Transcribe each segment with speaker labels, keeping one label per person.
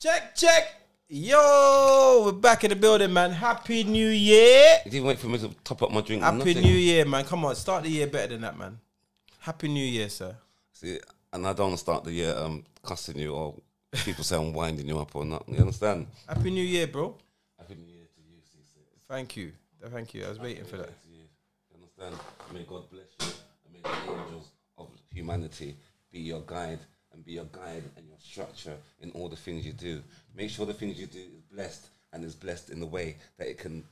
Speaker 1: Check, check. Yo, we're back in the building, man. Happy New Year.
Speaker 2: It didn't wait for me to top up my drink. or
Speaker 1: Happy
Speaker 2: nothing.
Speaker 1: New Year, man. Come on, start the year better than that, man. Happy New Year, sir.
Speaker 2: See, and I don't want to start the year um, cussing you or people saying I'm winding you up or not. You understand?
Speaker 1: Happy New Year, bro.
Speaker 2: Happy New Year to you, Cece.
Speaker 1: Thank you. Thank you. I was waiting for that.
Speaker 2: To you. You understand? May God bless you. And may the angels of humanity be your guide and be your guide and your structure in all the things you do. Make sure the things you do is blessed and is blessed in the way that it can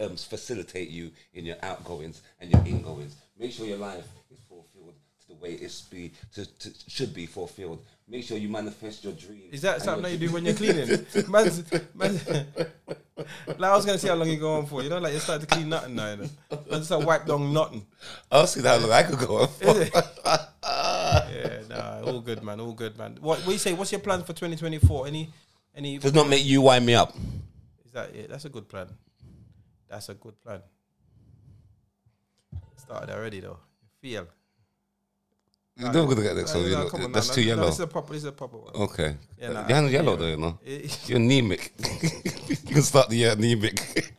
Speaker 2: um, facilitate you in your outgoings and your ingoings. Make sure your life is fulfilled to the way it's be to, to should be fulfilled. Make sure you manifest your dreams.
Speaker 1: Is that
Speaker 2: and
Speaker 1: something
Speaker 2: your
Speaker 1: that you do when you're cleaning? man's, man's, like I was gonna see how long you go on for. You know, like you start to clean nothing now. You know, I just like wipe down nothing.
Speaker 2: I'll see that. Look, I could go on. for.
Speaker 1: Is it? yeah, nah, all good, man. All good, man. What, what you say? What's your plan for 2024? Any, any?
Speaker 2: Does not make you wind me up.
Speaker 1: Is that it? That's a good plan. That's a good plan. Started already though. Feel.
Speaker 2: You're never gonna get that. So
Speaker 1: Nah,
Speaker 2: you
Speaker 1: nah,
Speaker 2: know,
Speaker 1: come on
Speaker 2: that's
Speaker 1: now.
Speaker 2: too
Speaker 1: No,
Speaker 2: yellow. Oh.
Speaker 1: This is a proper. This is a proper one.
Speaker 2: Okay.
Speaker 1: Yeah, nah,
Speaker 2: Your hand's
Speaker 1: yeah.
Speaker 2: yellow though, you know.
Speaker 1: It-
Speaker 2: You're anemic. you can start the year anemic.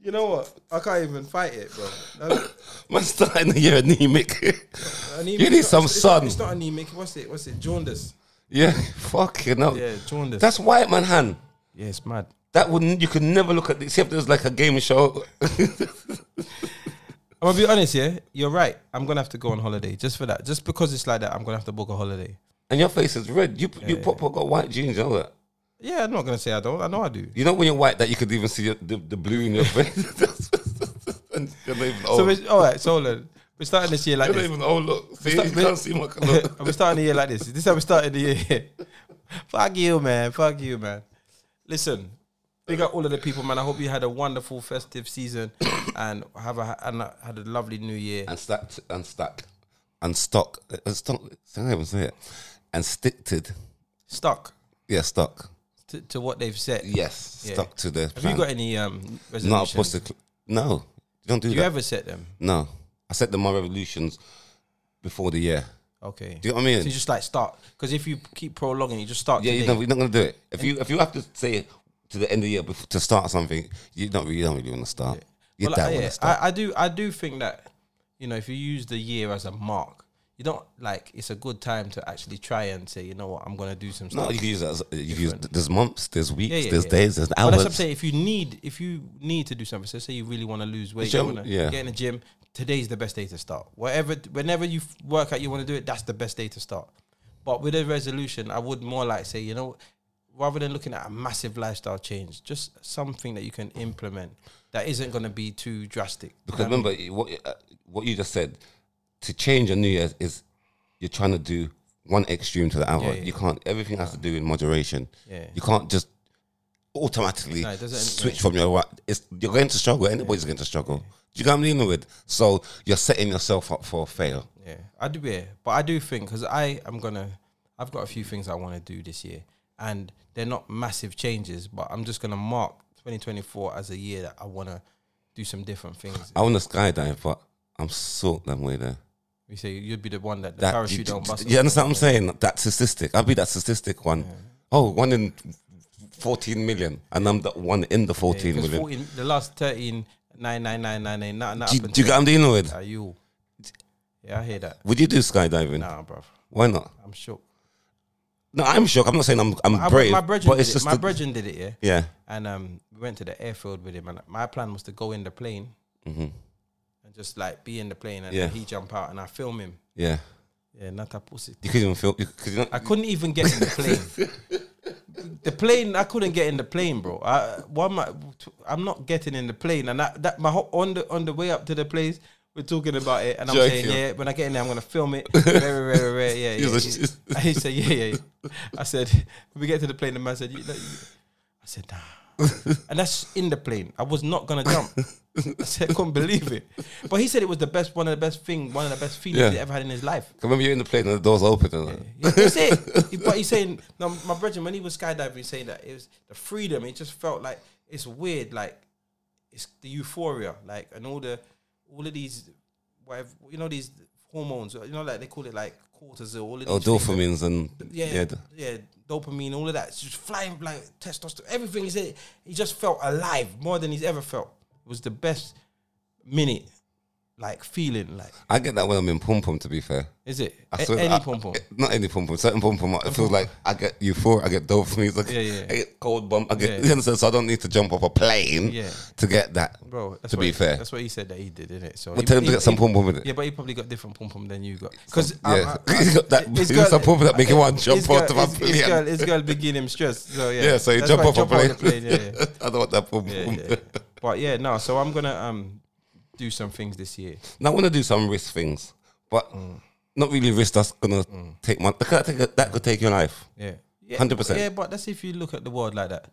Speaker 1: you know what? I can't even fight it, bro. No,
Speaker 2: Man, starting the year anemic.
Speaker 1: anemic-
Speaker 2: You need
Speaker 1: it's
Speaker 2: some
Speaker 1: it's
Speaker 2: sun.
Speaker 1: It's not anemic. What's it? What's it? Jaundice.
Speaker 2: yeah, fucking hell.
Speaker 1: Yeah, jaundice.
Speaker 2: That's white man hand.
Speaker 1: yeah, it's mad.
Speaker 2: That wouldn't, you could never look at this, except it was like a game show.
Speaker 1: I'm gonna be honest, yeah. You're right. I'm gonna have to go on holiday just for that. Just because it's like that, I'm gonna have to book a holiday.
Speaker 2: and your face is red. You, you proper got white jeans, you know that?
Speaker 1: Yeah, I'm not gonna say I don't. I know I do.
Speaker 2: You know when you're white that you could even see your, the, the blue in your face? and you're not even old.
Speaker 1: So it's all right. So hold on. We're starting this year like
Speaker 2: Oh. you're not
Speaker 1: this.
Speaker 2: even old, look. See, you
Speaker 1: Stop-
Speaker 2: can't see my colour.
Speaker 1: and we're starting the year like this. This is how we started the year. Fuck you, man. Fuck you, man. Listen, big up all of the people, man. I hope you had a wonderful festive season and have a and a- had a lovely new year.
Speaker 2: and stacked and stack and stock and stock. I can't even say it. And sticked.
Speaker 1: Stuck
Speaker 2: Yeah, stuck.
Speaker 1: to, to what they've said.
Speaker 2: Yes,
Speaker 1: Yeah.
Speaker 2: stuck to the.
Speaker 1: Have you got any um
Speaker 2: no,
Speaker 1: resolutions?
Speaker 2: what's the cl- no? You don't do
Speaker 1: Do
Speaker 2: that.
Speaker 1: you ever set them?
Speaker 2: no, I set them my revolutions before the year.
Speaker 1: Okay.
Speaker 2: Do you know what I mean?
Speaker 1: so you just like start because if you keep prolonging, you just start.
Speaker 2: yeah,
Speaker 1: today.
Speaker 2: you don't, you're not gonna do it. If you if you have to say to the end of the year before, to start something, you don't really, you don't really want to start. You
Speaker 1: Well,
Speaker 2: don't
Speaker 1: yeah,
Speaker 2: want to start.
Speaker 1: I, I do. I do think that you know, if you use the year as a mark, you don't like. It's a good time to actually try and say, you know what, I'm gonna do some stuff.
Speaker 2: no, you can use that. As, you can use there's months, there's weeks,
Speaker 1: Yeah, yeah,
Speaker 2: there's
Speaker 1: yeah.
Speaker 2: days, there's
Speaker 1: But
Speaker 2: hours.
Speaker 1: that's what I'm saying. If you need, if you need to do something, so say you really want to lose weight, you
Speaker 2: Gym,
Speaker 1: want to
Speaker 2: yeah.
Speaker 1: get in the gym. Today's the best day to start. Whatever, whenever you f- work out, you want to do it. That's the best day to start. But with a resolution, I would more like say, you know, rather than looking at a massive lifestyle change, just something that you can implement that isn't going to be too drastic.
Speaker 2: Because remember what uh, what you just said. To change your New Year's is you're trying to do one extreme to the other.
Speaker 1: yeah,
Speaker 2: You can't. Everything has to do in moderation.
Speaker 1: Yeah.
Speaker 2: You can't just automatically
Speaker 1: No, it doesn't-
Speaker 2: switch from your. right- It's you're going to struggle. Anybody's going to struggle. Do you know what I'm dealing with? So you're setting yourself up for a fail.
Speaker 1: Yeah, I do. Yeah, but I do think because I am gonna, I've got a few things I want to do this year, and they're not massive changes, but I'm just gonna mark 2024 as a year that I wanna do some different things.
Speaker 2: I want to skydive, but I'm sort that way there.
Speaker 1: You say you'd be the one that the
Speaker 2: That
Speaker 1: parachute
Speaker 2: you,
Speaker 1: don't bust.
Speaker 2: you understand what I'm saying? That statistic. I'll be that statistic one. Oh, one in 14 million, and I'm that one in the 14 million.
Speaker 1: 'Cause 14, the last 13, 99999, nothing
Speaker 2: Do, you-
Speaker 1: happened.
Speaker 2: do you get what I'm dealing with?
Speaker 1: Are you? Yeah, I hear that.
Speaker 2: Would you do skydiving?
Speaker 1: Nah, bruv,
Speaker 2: Why not?
Speaker 1: I'm shook.
Speaker 2: No, I'm shocked. I'm not saying I'm I'm
Speaker 1: I,
Speaker 2: brave,
Speaker 1: my brethren,
Speaker 2: but
Speaker 1: did
Speaker 2: it's
Speaker 1: it.
Speaker 2: just
Speaker 1: my
Speaker 2: the-
Speaker 1: brethren did it. Yeah.
Speaker 2: yeah.
Speaker 1: and um, we went to the airfield with him. And my plan was to go in the plane
Speaker 2: Mm-hmm.
Speaker 1: and just like be in the plane, and
Speaker 2: Yeah.
Speaker 1: he jump out, and I film him.
Speaker 2: Yeah,
Speaker 1: Yeah, not a pussy.
Speaker 2: you couldn't even feel. You, could you not,
Speaker 1: I couldn't even get in the plane. the plane, I couldn't get in the plane, bro. I, why am I, I'm not getting in the plane, and I, that my whole, on the on the way up to the place. We're talking about it, and I'm
Speaker 2: Joking.
Speaker 1: saying, yeah. When I get in there, I'm gonna film it. Very, very, very, yeah.
Speaker 2: He
Speaker 1: yeah.
Speaker 2: was just-
Speaker 1: He said, yeah, yeah, yeah. I said, we get to the plane, the man said, you, no, you- I said, nah. and that's in the plane. I was not gonna jump. I said, I couldn't believe it. But he said it was the best, one of the best thing, one of the best feelings
Speaker 2: Yeah.
Speaker 1: he ever had in his life.
Speaker 2: I remember you're in the plane and the doors open. And
Speaker 1: Yeah, That's it. But he's saying, no, my brethren, when he was skydiving, he's saying that it was the freedom. It just felt like it's weird, like it's the euphoria, like and all the all of these whatever you know these hormones. You know, like they call it like cortisol. All of
Speaker 2: Oh,
Speaker 1: these things.
Speaker 2: dopamines and
Speaker 1: yeah,
Speaker 2: yeah.
Speaker 1: yeah, dopamine, all of that. It's just flying, like testosterone, everything. Is it? He just felt alive more than he's ever felt. It was the best minute, like feeling, like
Speaker 2: I get that when I'm in pom pom. To be fair,
Speaker 1: is it?
Speaker 2: I
Speaker 1: A-
Speaker 2: swear-
Speaker 1: any
Speaker 2: I-
Speaker 1: pom pom.
Speaker 2: eh, not any pom pom. Certain pom pom. It feels like I get euphoric. I get dopamine. Like,
Speaker 1: Yeah, yeah.
Speaker 2: I get cold bump. I get.
Speaker 1: Yeah.
Speaker 2: You understand? So I don't need to jump off a plane
Speaker 1: Yeah.
Speaker 2: to get that.
Speaker 1: Bro, that's
Speaker 2: to
Speaker 1: what
Speaker 2: be
Speaker 1: he-
Speaker 2: fair.
Speaker 1: that's what he said that he did, isn't it? So
Speaker 2: But
Speaker 1: he-
Speaker 2: tell him to
Speaker 1: he-
Speaker 2: get some
Speaker 1: he-
Speaker 2: pom pom with it.
Speaker 1: Yeah, but he probably got different pom pom than you got. Because
Speaker 2: yeah. He's got that- he's got some pom pom that make him want to jump off of a
Speaker 1: His,
Speaker 2: plane.
Speaker 1: girl, his girl begin him stress. So yeah,
Speaker 2: Yeah, so you
Speaker 1: That's
Speaker 2: jump
Speaker 1: why
Speaker 2: off a plane.
Speaker 1: yeah, yeah.
Speaker 2: I don't want that pom
Speaker 1: Yeah,
Speaker 2: pom.
Speaker 1: yeah. but yeah, no. So I'm gonna um do some things this year.
Speaker 2: Now I want to do some risk things, but
Speaker 1: Mm.
Speaker 2: not really risk that's gonna take my. That could take, that could take your life.
Speaker 1: Yeah, yeah,
Speaker 2: 100%.
Speaker 1: Yeah, but that's if you look at the world like that.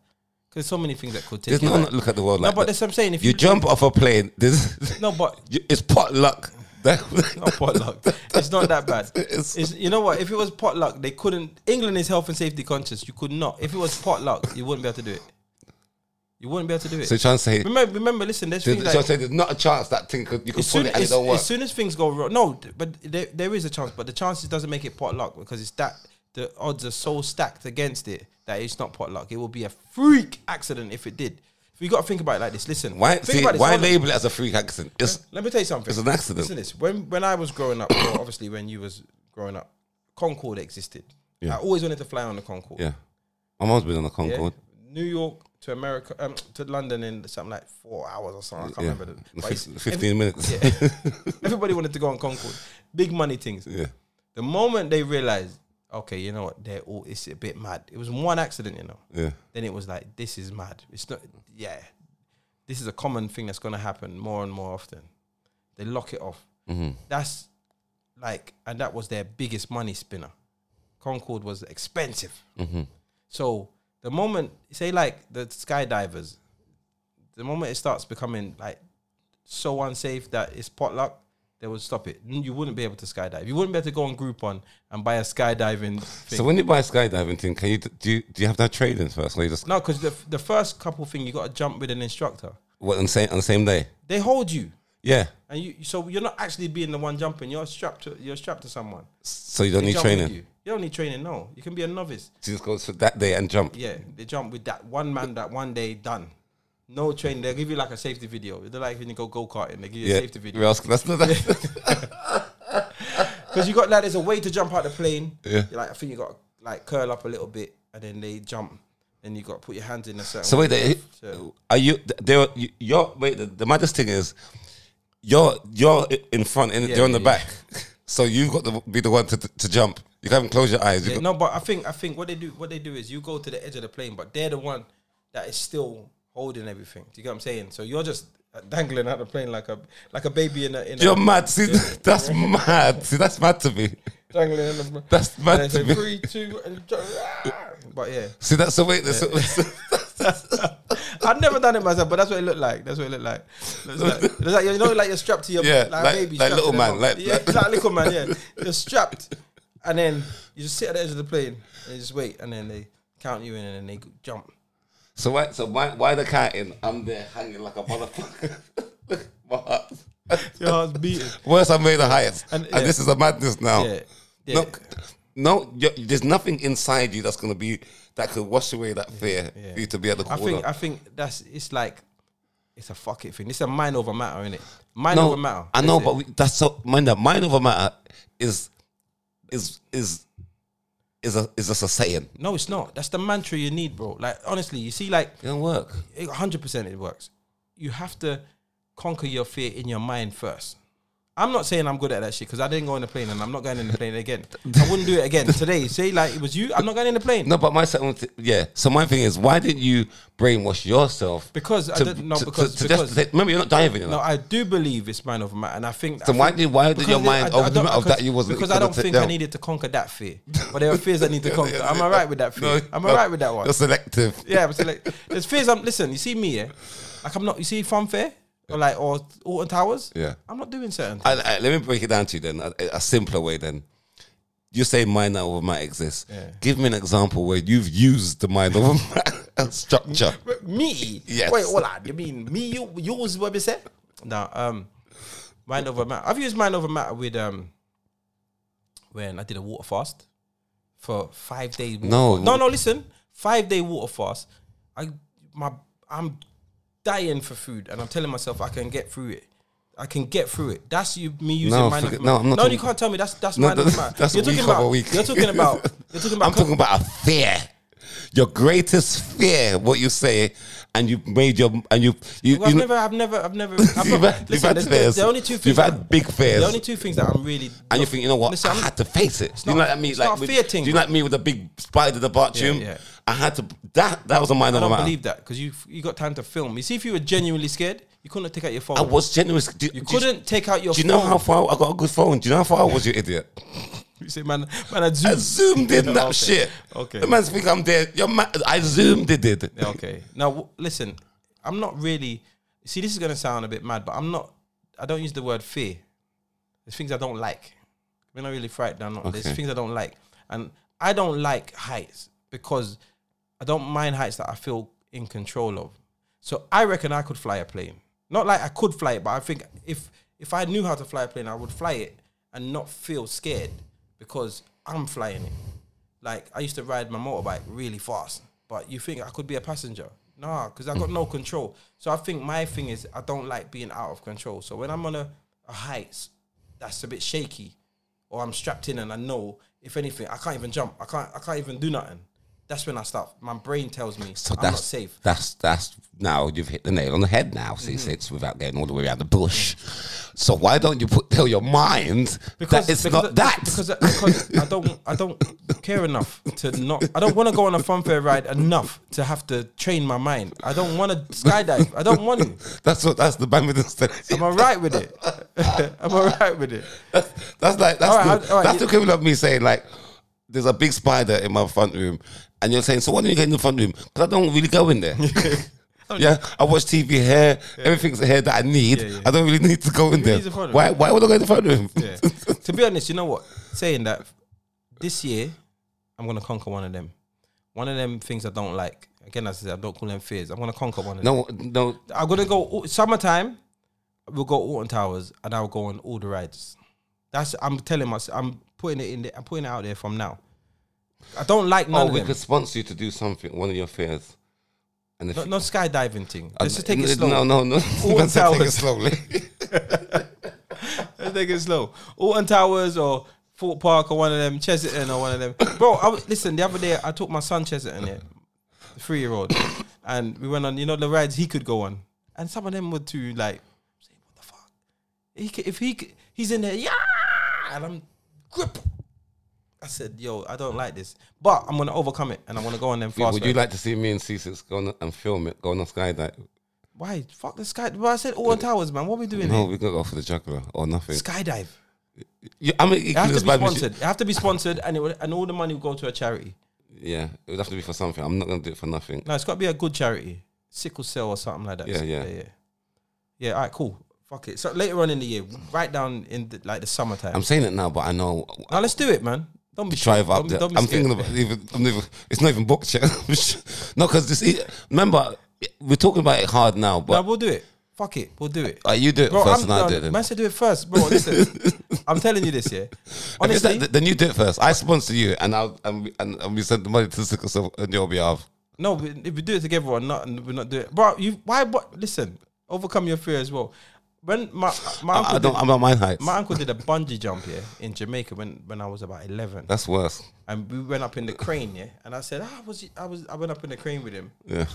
Speaker 1: Because so many things that could take.
Speaker 2: There's
Speaker 1: you
Speaker 2: no
Speaker 1: out.
Speaker 2: look at the world
Speaker 1: no,
Speaker 2: like
Speaker 1: but
Speaker 2: that.
Speaker 1: that's what I'm saying. If
Speaker 2: You
Speaker 1: you,
Speaker 2: jump off a plane. This
Speaker 1: no, but
Speaker 2: you- it's potluck. That-
Speaker 1: not potluck. it's not that bad.
Speaker 2: It's-
Speaker 1: It's, you know what? If it was potluck, they couldn't. England is health and safety conscious. You could not. If it was potluck, you wouldn't be able to do it. You wouldn't be able to do it.
Speaker 2: so you're trying to say,
Speaker 1: remember, remember. Listen, there's
Speaker 2: you're
Speaker 1: things
Speaker 2: trying
Speaker 1: like
Speaker 2: to say there's not a chance that thing could you could
Speaker 1: as
Speaker 2: pull
Speaker 1: soon
Speaker 2: it and it
Speaker 1: as,
Speaker 2: don't work.
Speaker 1: as soon as things go wrong, no, th- but there, there is a chance, but the chances doesn't make it potluck because it's that the odds are so stacked against it that it's not potluck. It will be a freak accident if it did. We got to think about it like this. Listen,
Speaker 2: Why
Speaker 1: think
Speaker 2: see,
Speaker 1: about this,
Speaker 2: why
Speaker 1: hold on.
Speaker 2: label it as a freak accident? It's
Speaker 1: Let me tell you something.
Speaker 2: It's an accident.
Speaker 1: Listen to this. When when I was growing up, well, obviously when you was growing up, Concorde existed.
Speaker 2: Yeah.
Speaker 1: I always wanted to fly on the Concorde.
Speaker 2: yeah. My mom's been on a
Speaker 1: Yeah?
Speaker 2: Concorde.
Speaker 1: New York to America, um, to London in something like four hours or something. I can't
Speaker 2: Yeah.
Speaker 1: remember. The, but it's-
Speaker 2: Fif- Fifteen minutes. Yeah.
Speaker 1: yeah. Everybody wanted to go on Concord. Big money things. The moment they realized, okay, you know what, they're all it's a bit mad. It was one accident, you know.
Speaker 2: Yeah.
Speaker 1: Then it was like, this is mad. It's not yeah. This is a common thing that's gonna happen more and more often. They lock it off.
Speaker 2: Mm-hmm,
Speaker 1: That's like and that was their biggest money spinner. Concord was expensive.
Speaker 2: mm-hmm.
Speaker 1: So the moment say like the skydivers, the moment it starts becoming like so unsafe that it's potluck, they would stop it. N- You wouldn't be able to skydive. You wouldn't be able to go on Groupon and buy a skydiving thing.
Speaker 2: So when you buy a skydiving thing, can you d- do? You, do you have to have training first, or you just
Speaker 1: no, because the, f- the first couple thing you got to jump with an instructor.
Speaker 2: what on the same on the same day?
Speaker 1: They hold you,
Speaker 2: Yeah.
Speaker 1: and you so you're not actually being the one jumping. You're strapped to you're strapped to someone.
Speaker 2: So you don't need
Speaker 1: Jump with
Speaker 2: training.
Speaker 1: You. you don't need training. No, you can be a novice.
Speaker 2: So you just go for that day and jump.
Speaker 1: Yeah, they jump with that one man that one day done. No training. They give you like a safety video. They're like when you go go karting, they give you a
Speaker 2: Yeah.
Speaker 1: safety video.
Speaker 2: Who else- That's not that.
Speaker 1: Because you got like there's a way to jump out the plane.
Speaker 2: Yeah.
Speaker 1: You're like I think you got to, like curl up a little bit and then they jump and you got to put your hands in a certain.
Speaker 2: So
Speaker 1: way.
Speaker 2: wait, they, are you? They were you- you're wait. The, the maddest thing is, you're you're in front and they're on the
Speaker 1: yeah,
Speaker 2: back, so you've got to be the one to, to, jump. You can't even close your eyes. You
Speaker 1: Yeah,
Speaker 2: got-
Speaker 1: no, but I think I think what they do what they do is you go to the edge of the plane, but they're the one that is still holding everything. Do you get what I'm saying? So you're just dangling out the plane like a like a baby in a, in
Speaker 2: You're
Speaker 1: a
Speaker 2: mad. See, that's mad. See, that's mad to me.
Speaker 1: dangling in the.
Speaker 2: That's
Speaker 1: And
Speaker 2: mad
Speaker 1: they
Speaker 2: to
Speaker 1: say
Speaker 2: me.
Speaker 1: three, two, and ju- but yeah,
Speaker 2: See, that's the way. That's the-
Speaker 1: I've never done it myself, but that's what it looked like. That's what it looked like. It's like, it's like you know, like you're strapped to your
Speaker 2: Yeah,
Speaker 1: like,
Speaker 2: like-
Speaker 1: baby,
Speaker 2: like
Speaker 1: strapped
Speaker 2: little
Speaker 1: to the
Speaker 2: man,
Speaker 1: mom.
Speaker 2: like-
Speaker 1: yeah,
Speaker 2: like-
Speaker 1: it's like little man, yeah. You're strapped, and then you just sit at the edge of the plane and you just wait, and then they count you in, and then they go- jump.
Speaker 2: so why? So why? Why the counting? I'm there hanging like a motherfucker. Look, my heart.
Speaker 1: Your heart's beating.
Speaker 2: Worst, I made the highest, and,
Speaker 1: And- yeah.
Speaker 2: this is a madness now.
Speaker 1: Yeah, yeah.
Speaker 2: No, no, you there's nothing inside you that's gonna be that could wash away that fear
Speaker 1: yeah.
Speaker 2: for you to be at the
Speaker 1: I
Speaker 2: corner.
Speaker 1: think I think that's it's like it's a fuck it thing. It's a mind over matter, isn't it? Mind
Speaker 2: no,
Speaker 1: over matter.
Speaker 2: I know,
Speaker 1: That's it.
Speaker 2: but we, that's so mind that mind over matter is is is is a is just a saying.
Speaker 1: no, it's not. That's the mantra you need, bro. Like honestly, you see, like
Speaker 2: It don't work.
Speaker 1: hundred percent it works. You have to conquer your fear in your mind first. I'm not saying I'm good at that shit because I didn't go in the plane and I'm not going in the plane again. I wouldn't do it again today. Say like it was you. I'm not going in the plane
Speaker 2: No, but my second, th- yeah. So my thing is, why didn't you brainwash yourself?
Speaker 1: because I don't know
Speaker 2: to-
Speaker 1: because,
Speaker 2: to- to just
Speaker 1: because
Speaker 2: say- remember you're not diving. You know?
Speaker 1: no, I do believe it's mind over matter, and I think
Speaker 2: so
Speaker 1: I
Speaker 2: why
Speaker 1: think-
Speaker 2: did why did your
Speaker 1: Because I-
Speaker 2: mind
Speaker 1: I- I
Speaker 2: over the
Speaker 1: don't-
Speaker 2: matter of
Speaker 1: because-
Speaker 2: that you wasn't
Speaker 1: because I don't
Speaker 2: gonna take
Speaker 1: think I
Speaker 2: down?
Speaker 1: needed to conquer that fear, but there are fears I need to conquer. I'm all right with that fear.
Speaker 2: No,
Speaker 1: I'm
Speaker 2: no,
Speaker 1: all right with that one.
Speaker 2: You're selective.
Speaker 1: Yeah, but so like, there's fears. I'm listen. You see me, yeah, like I'm not. You see funfair or like or Alton Towers.
Speaker 2: Yeah.
Speaker 1: I'm not doing certain.
Speaker 2: I, I, let me break it down to you then, a, a simpler way then. You say mind over matter exists.
Speaker 1: Yeah.
Speaker 2: Give me an example where you've used the mind over matter structure.
Speaker 1: But me?
Speaker 2: Yes.
Speaker 1: Wait, hold on. You mean me? You? Yours? What we say? No. Um, mind over matter. I've used mind over matter with um when I did a water fast for five days.
Speaker 2: No,
Speaker 1: no, no. Listen, five day water fast. I my I'm dying for food, and I'm telling myself I can get through it. I can get through it. That's you me using
Speaker 2: No,
Speaker 1: man. of
Speaker 2: forget-
Speaker 1: the
Speaker 2: no,
Speaker 1: match.
Speaker 2: I'm not
Speaker 1: No,
Speaker 2: talking-
Speaker 1: you can't tell me. That's that's
Speaker 2: No,
Speaker 1: man. of the
Speaker 2: that's-
Speaker 1: match.
Speaker 2: that's
Speaker 1: you're talking
Speaker 2: week over
Speaker 1: about.
Speaker 2: week.
Speaker 1: You're talking about. You're talking about.
Speaker 2: I'm talking about a fear. Your greatest fear, what you say, and you made your and you you,
Speaker 1: Well, I've
Speaker 2: you know-
Speaker 1: never, I've never, I've never. I've
Speaker 2: you've
Speaker 1: not-
Speaker 2: had, you've
Speaker 1: listen,
Speaker 2: had
Speaker 1: there's-
Speaker 2: fears.
Speaker 1: there's- the only two
Speaker 2: you've
Speaker 1: things, that,
Speaker 2: had big fears,
Speaker 1: the only two things that I'm really,
Speaker 2: and you think you know what?
Speaker 1: Listen,
Speaker 2: I
Speaker 1: I'm-
Speaker 2: had to face it.
Speaker 1: not-
Speaker 2: You know what I mean?
Speaker 1: it's
Speaker 2: like
Speaker 1: not a
Speaker 2: with-
Speaker 1: fear thing.
Speaker 2: You know what I mean with the big spider the bathroom?
Speaker 1: yeah.
Speaker 2: I had to. That that was a mind
Speaker 1: I
Speaker 2: of
Speaker 1: don't
Speaker 2: a man.
Speaker 1: believe that because you, you got time to film. You see, if you were genuinely scared, you couldn't take out your phone.
Speaker 2: I was generous. Do,
Speaker 1: you
Speaker 2: do
Speaker 1: couldn't take out your.
Speaker 2: Do you know
Speaker 1: phone.
Speaker 2: how far I got a good phone? Do you know how far I was, you idiot?
Speaker 1: You say, man, man, I
Speaker 2: I
Speaker 1: zoomed.
Speaker 2: zoomed in that
Speaker 1: Okay.
Speaker 2: shit.
Speaker 1: Okay.
Speaker 2: The man's think I'm dead. Your man, I zoomed in it.
Speaker 1: Yeah, okay. Now, w- listen, I'm not really. See, this is going to sound a bit mad, but I'm not. I don't use the word fear. There's things I don't like. We're not really frightened. I'm not. There's
Speaker 2: Okay.
Speaker 1: things I don't like. And I don't like heights because I don't mind heights that I feel in control of. So I reckon I could fly a plane. Not like I could fly it, but I think if if I knew how to fly a plane, I would fly it and not feel scared because I'm flying it like I used to ride my motorbike really fast. But you think I could be a passenger? Nah, because I got no control. So I think my thing is I don't like being out of control. So when I'm on a, a heights that's a bit shaky, or I'm strapped in and I know if anything I can't even jump. I can't. I can't even do nothing. That's when I start. My brain tells me
Speaker 2: So
Speaker 1: I'm
Speaker 2: that's
Speaker 1: not safe. Mm-hmm.
Speaker 2: That's that's now you've hit the nail on the head now, C six, without getting all the way around the bush. So why don't you put tell your mind that it's not that?
Speaker 1: Because, because I don't I don't care enough to not I don't want to go on a funfair ride enough to have to train my mind. I don't want to skydive. I don't want to.
Speaker 2: that's what that's the bandwidth
Speaker 1: Am I right with it? Am I right with it?
Speaker 2: that's, that's like that's
Speaker 1: All right,
Speaker 2: the,
Speaker 1: all right,
Speaker 2: that's
Speaker 1: you-
Speaker 2: the equivalent of me saying like there's a big spider in my front room and you're saying so why don't you get in the front room because I don't really go in there yeah I watch TV here everything's here that I need
Speaker 1: yeah.
Speaker 2: I don't really need to go in there
Speaker 1: needs the front room?
Speaker 2: why why would I go in the front room
Speaker 1: Yeah. to be honest, you know what? Saying that this year, I'm gonna conquer one of them. One of them things I don't like. Again, as I said, I don't call them fears. I'm gonna conquer one of them.
Speaker 2: no no
Speaker 1: I'm gonna go au- summertime. We'll go Alton Towers, and I'll go on all the rides. That's I'm telling myself. I'm putting it in. The, I'm putting it out there from now. I don't like
Speaker 2: oh
Speaker 1: none
Speaker 2: we
Speaker 1: of them.
Speaker 2: could sponsor you to do something one of your fears and if
Speaker 1: No, no skydiving thing.
Speaker 2: uh,
Speaker 1: Let's just take it
Speaker 2: n-
Speaker 1: slow.
Speaker 2: no no
Speaker 1: and
Speaker 2: no Let's take it
Speaker 1: towers.
Speaker 2: slowly
Speaker 1: Let's take it slow. Alton Towers or Fort Park or one of them, Chesterton or one of them. Bro, I was, listen, the other day I took my son Chesterton here, the three year old, and we went on, you know, the rides he could go on. And some of them were too, like, say, what the fuck? He could, if he could, he's in there, yeah, and I'm grip. I said, yo, I don't like this, but I'm gonna overcome it and I'm gonna go on them fast.
Speaker 2: would you like to see me and C6 go on and film it go on a skydive
Speaker 1: Why? Fuck the sky. Well, I said Alton Towers, man. What we doing
Speaker 2: no
Speaker 1: here?
Speaker 2: we're gonna go for the juggler or nothing
Speaker 1: Skydive.
Speaker 2: Yeah, I'm
Speaker 1: It has to be sponsored. It has to be sponsored, and it would, and all the money will go to a charity.
Speaker 2: Yeah, it would have to be for something. I'm not going to do it for nothing.
Speaker 1: No, it's got to be a good charity, sickle cell or something like that.
Speaker 2: Yeah, yeah.
Speaker 1: yeah. Yeah, All right, cool. Fuck it. So later on in the year, right down in the, like the summertime.
Speaker 2: I'm saying it now, but I know
Speaker 1: now let's do it, man. Don't be
Speaker 2: drive up.
Speaker 1: Don't,
Speaker 2: there.
Speaker 1: don't be
Speaker 2: I'm
Speaker 1: scared.
Speaker 2: thinking about even, I'm never, it's not even booked yet. no, because remember we're talking about it hard now,
Speaker 1: No,
Speaker 2: but
Speaker 1: we'll do it. Fuck it, we'll do it.
Speaker 2: uh, you do it
Speaker 1: Bro,
Speaker 2: 1st
Speaker 1: I'm
Speaker 2: and I
Speaker 1: no,
Speaker 2: do it then.
Speaker 1: Man said do it first, bro. Listen, I'm telling you this, yeah.
Speaker 2: If it's
Speaker 1: Honestly,
Speaker 2: that- then you do it first. I sponsor you, and I'll and we, and, and we send the money to Sickle Cell on your behalf.
Speaker 1: No, we- if we do it together or not, and we're not doing it. Bro, you why? But listen, overcome your fear as well. When my my
Speaker 2: I, I
Speaker 1: uncle
Speaker 2: don't. I'm not mine heights.
Speaker 1: My uncle did a bungee jump here in Jamaica when, when I was about eleven,
Speaker 2: That's worse.
Speaker 1: and we went up in the crane. Yeah, and I said, "Ah, was he- I was I went up in the crane with him.
Speaker 2: Yeah.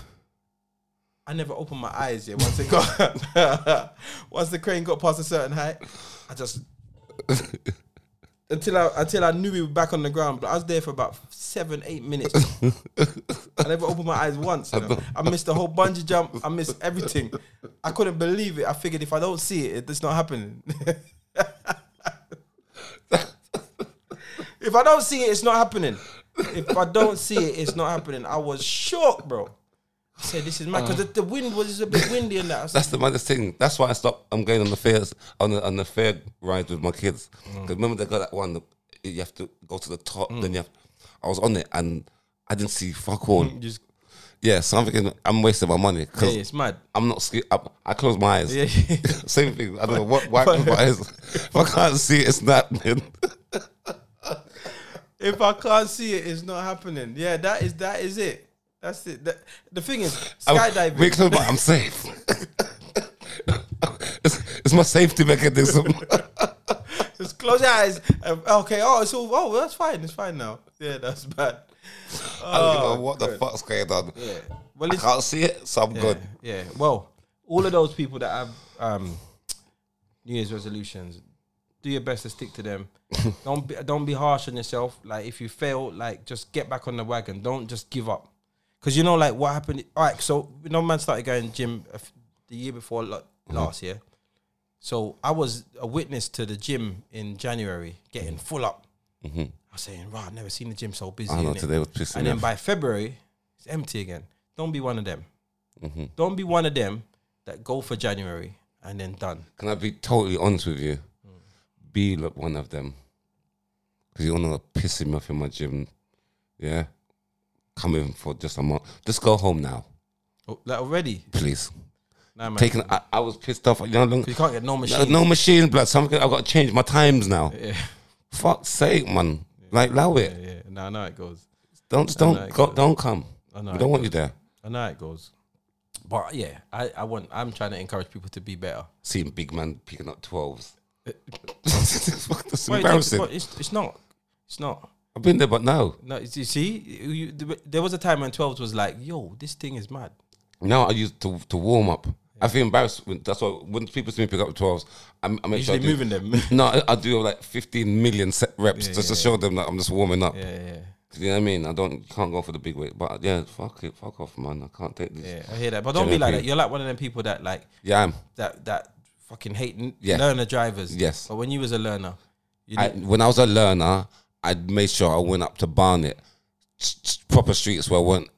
Speaker 1: I never opened my eyes. Yeah, once it got once the crane got past a certain height, I just until I until I knew we were back on the ground. But I was there for about seven eight minutes. I never opened my eyes once. you know. I missed the whole bungee jump. I missed everything. I couldn't believe it. I figured if I don't see it, it's not happening. If I don't see it, it's not happening. If I don't see it, it's not happening. I was shocked, bro. I said, "This is mad," because the, the wind was a bit windy and that. I said,
Speaker 2: That's the maddest thing. That's why I stopped. I'm going on the fairs on the on the fair rides with my kids.
Speaker 1: Mm.
Speaker 2: Because remember they got that one. that You have to go to the top. Then you have. I was on it and I didn't see fuck all.
Speaker 1: you just,
Speaker 2: Yeah, so I'm thinking I'm wasting my money
Speaker 1: Mm. yeah,
Speaker 2: because
Speaker 1: it's mad.
Speaker 2: I'm not. Scared. I, I close my eyes.
Speaker 1: Yeah,
Speaker 2: Same thing. I don't know what. Why I close my eyes? If I can't see, it, it's not. man.
Speaker 1: if I can't see it, it's not happening. Yeah, that is that is it. That's it. That, the thing is,
Speaker 2: Oh,
Speaker 1: skydiving.
Speaker 2: Wake up, I'm safe. it's, it's my safety mechanism.
Speaker 1: Just close your eyes. Um, okay. Oh, it's all. Oh, that's fine. It's fine now. Yeah, that's bad.
Speaker 2: I don't
Speaker 1: Oh,
Speaker 2: know what the fuck's going on.
Speaker 1: Well,
Speaker 2: I
Speaker 1: it's
Speaker 2: can't see it, so I'm good.
Speaker 1: Yeah. Well, all of those people that have um, New Year's resolutions, do your best to stick to them. don't be, don't be harsh on yourself. Like if you fail, like just get back on the wagon. Don't just give up. Cause you know, like what happened. All right. So you know, man started going gym a f- the year before lo-
Speaker 2: Mm-hmm.
Speaker 1: last year. So I was a witness to the gym in January
Speaker 2: Mm-hmm.
Speaker 1: getting full up. I was saying, "Wow, I've never seen the gym so busy."
Speaker 2: I know
Speaker 1: innit?"
Speaker 2: today was pissing
Speaker 1: and
Speaker 2: me
Speaker 1: then
Speaker 2: off.
Speaker 1: by February, it's empty again. Don't be one of them.
Speaker 2: Mm-hmm.
Speaker 1: Don't be one of them that go for January and then done.
Speaker 2: Can I be totally honest with you? Be like one of them. Because you're not pissing me off in my gym. Yeah? Come in for just a month. Just go home now,
Speaker 1: Oh, like already,
Speaker 2: please.
Speaker 1: nah, man.
Speaker 2: Taking, I, I was pissed off. You know, how long-
Speaker 1: you can't get no
Speaker 2: no,
Speaker 1: machine.
Speaker 2: no machine, blood. Something I've got to change my times now.
Speaker 1: Yeah,
Speaker 2: Fuck's sake, man. Like, allow it.
Speaker 1: yeah. Nah, I know it goes.
Speaker 2: Don't, just
Speaker 1: know
Speaker 2: don't,
Speaker 1: it
Speaker 2: go,
Speaker 1: goes.
Speaker 2: don't come.
Speaker 1: I know
Speaker 2: we
Speaker 1: it
Speaker 2: don't want you there.
Speaker 1: I know it goes. But yeah, I, I want. I'm trying to encourage people to be better.
Speaker 2: Seeing big man picking up twelves. That's
Speaker 1: Why you think-
Speaker 2: embarrassing.
Speaker 1: but it's, it's not. It's not.
Speaker 2: I've been there, but no,
Speaker 1: No, it's- you see, you, you- there was a time when 12s was like, "Yo, this thing is mad."
Speaker 2: now I use to to warm up. I feel embarrassed. When, that's why when people see me pick up twelves, I, I make
Speaker 1: Usually
Speaker 2: sure I do,
Speaker 1: moving them.
Speaker 2: No, I, I do like fifteen million set reps just to show them that I'm just warming up.
Speaker 1: yeah, yeah,
Speaker 2: You know what I mean? I don't can't go for the big weight, but yeah, fuck it, fuck off, man. I can't take this.
Speaker 1: yeah. I hear that, but don't be
Speaker 2: General
Speaker 1: like that.
Speaker 2: people.
Speaker 1: You're like one of them people that like
Speaker 2: Yeah, I'm.
Speaker 1: that that fucking hate n-
Speaker 2: Yeah.
Speaker 1: learner drivers.
Speaker 2: Yes.
Speaker 1: But when you was a learner, you
Speaker 2: I,
Speaker 1: didn't-
Speaker 2: when I was a learner, I made sure I went up to Barnet, s- s- proper streets where I weren't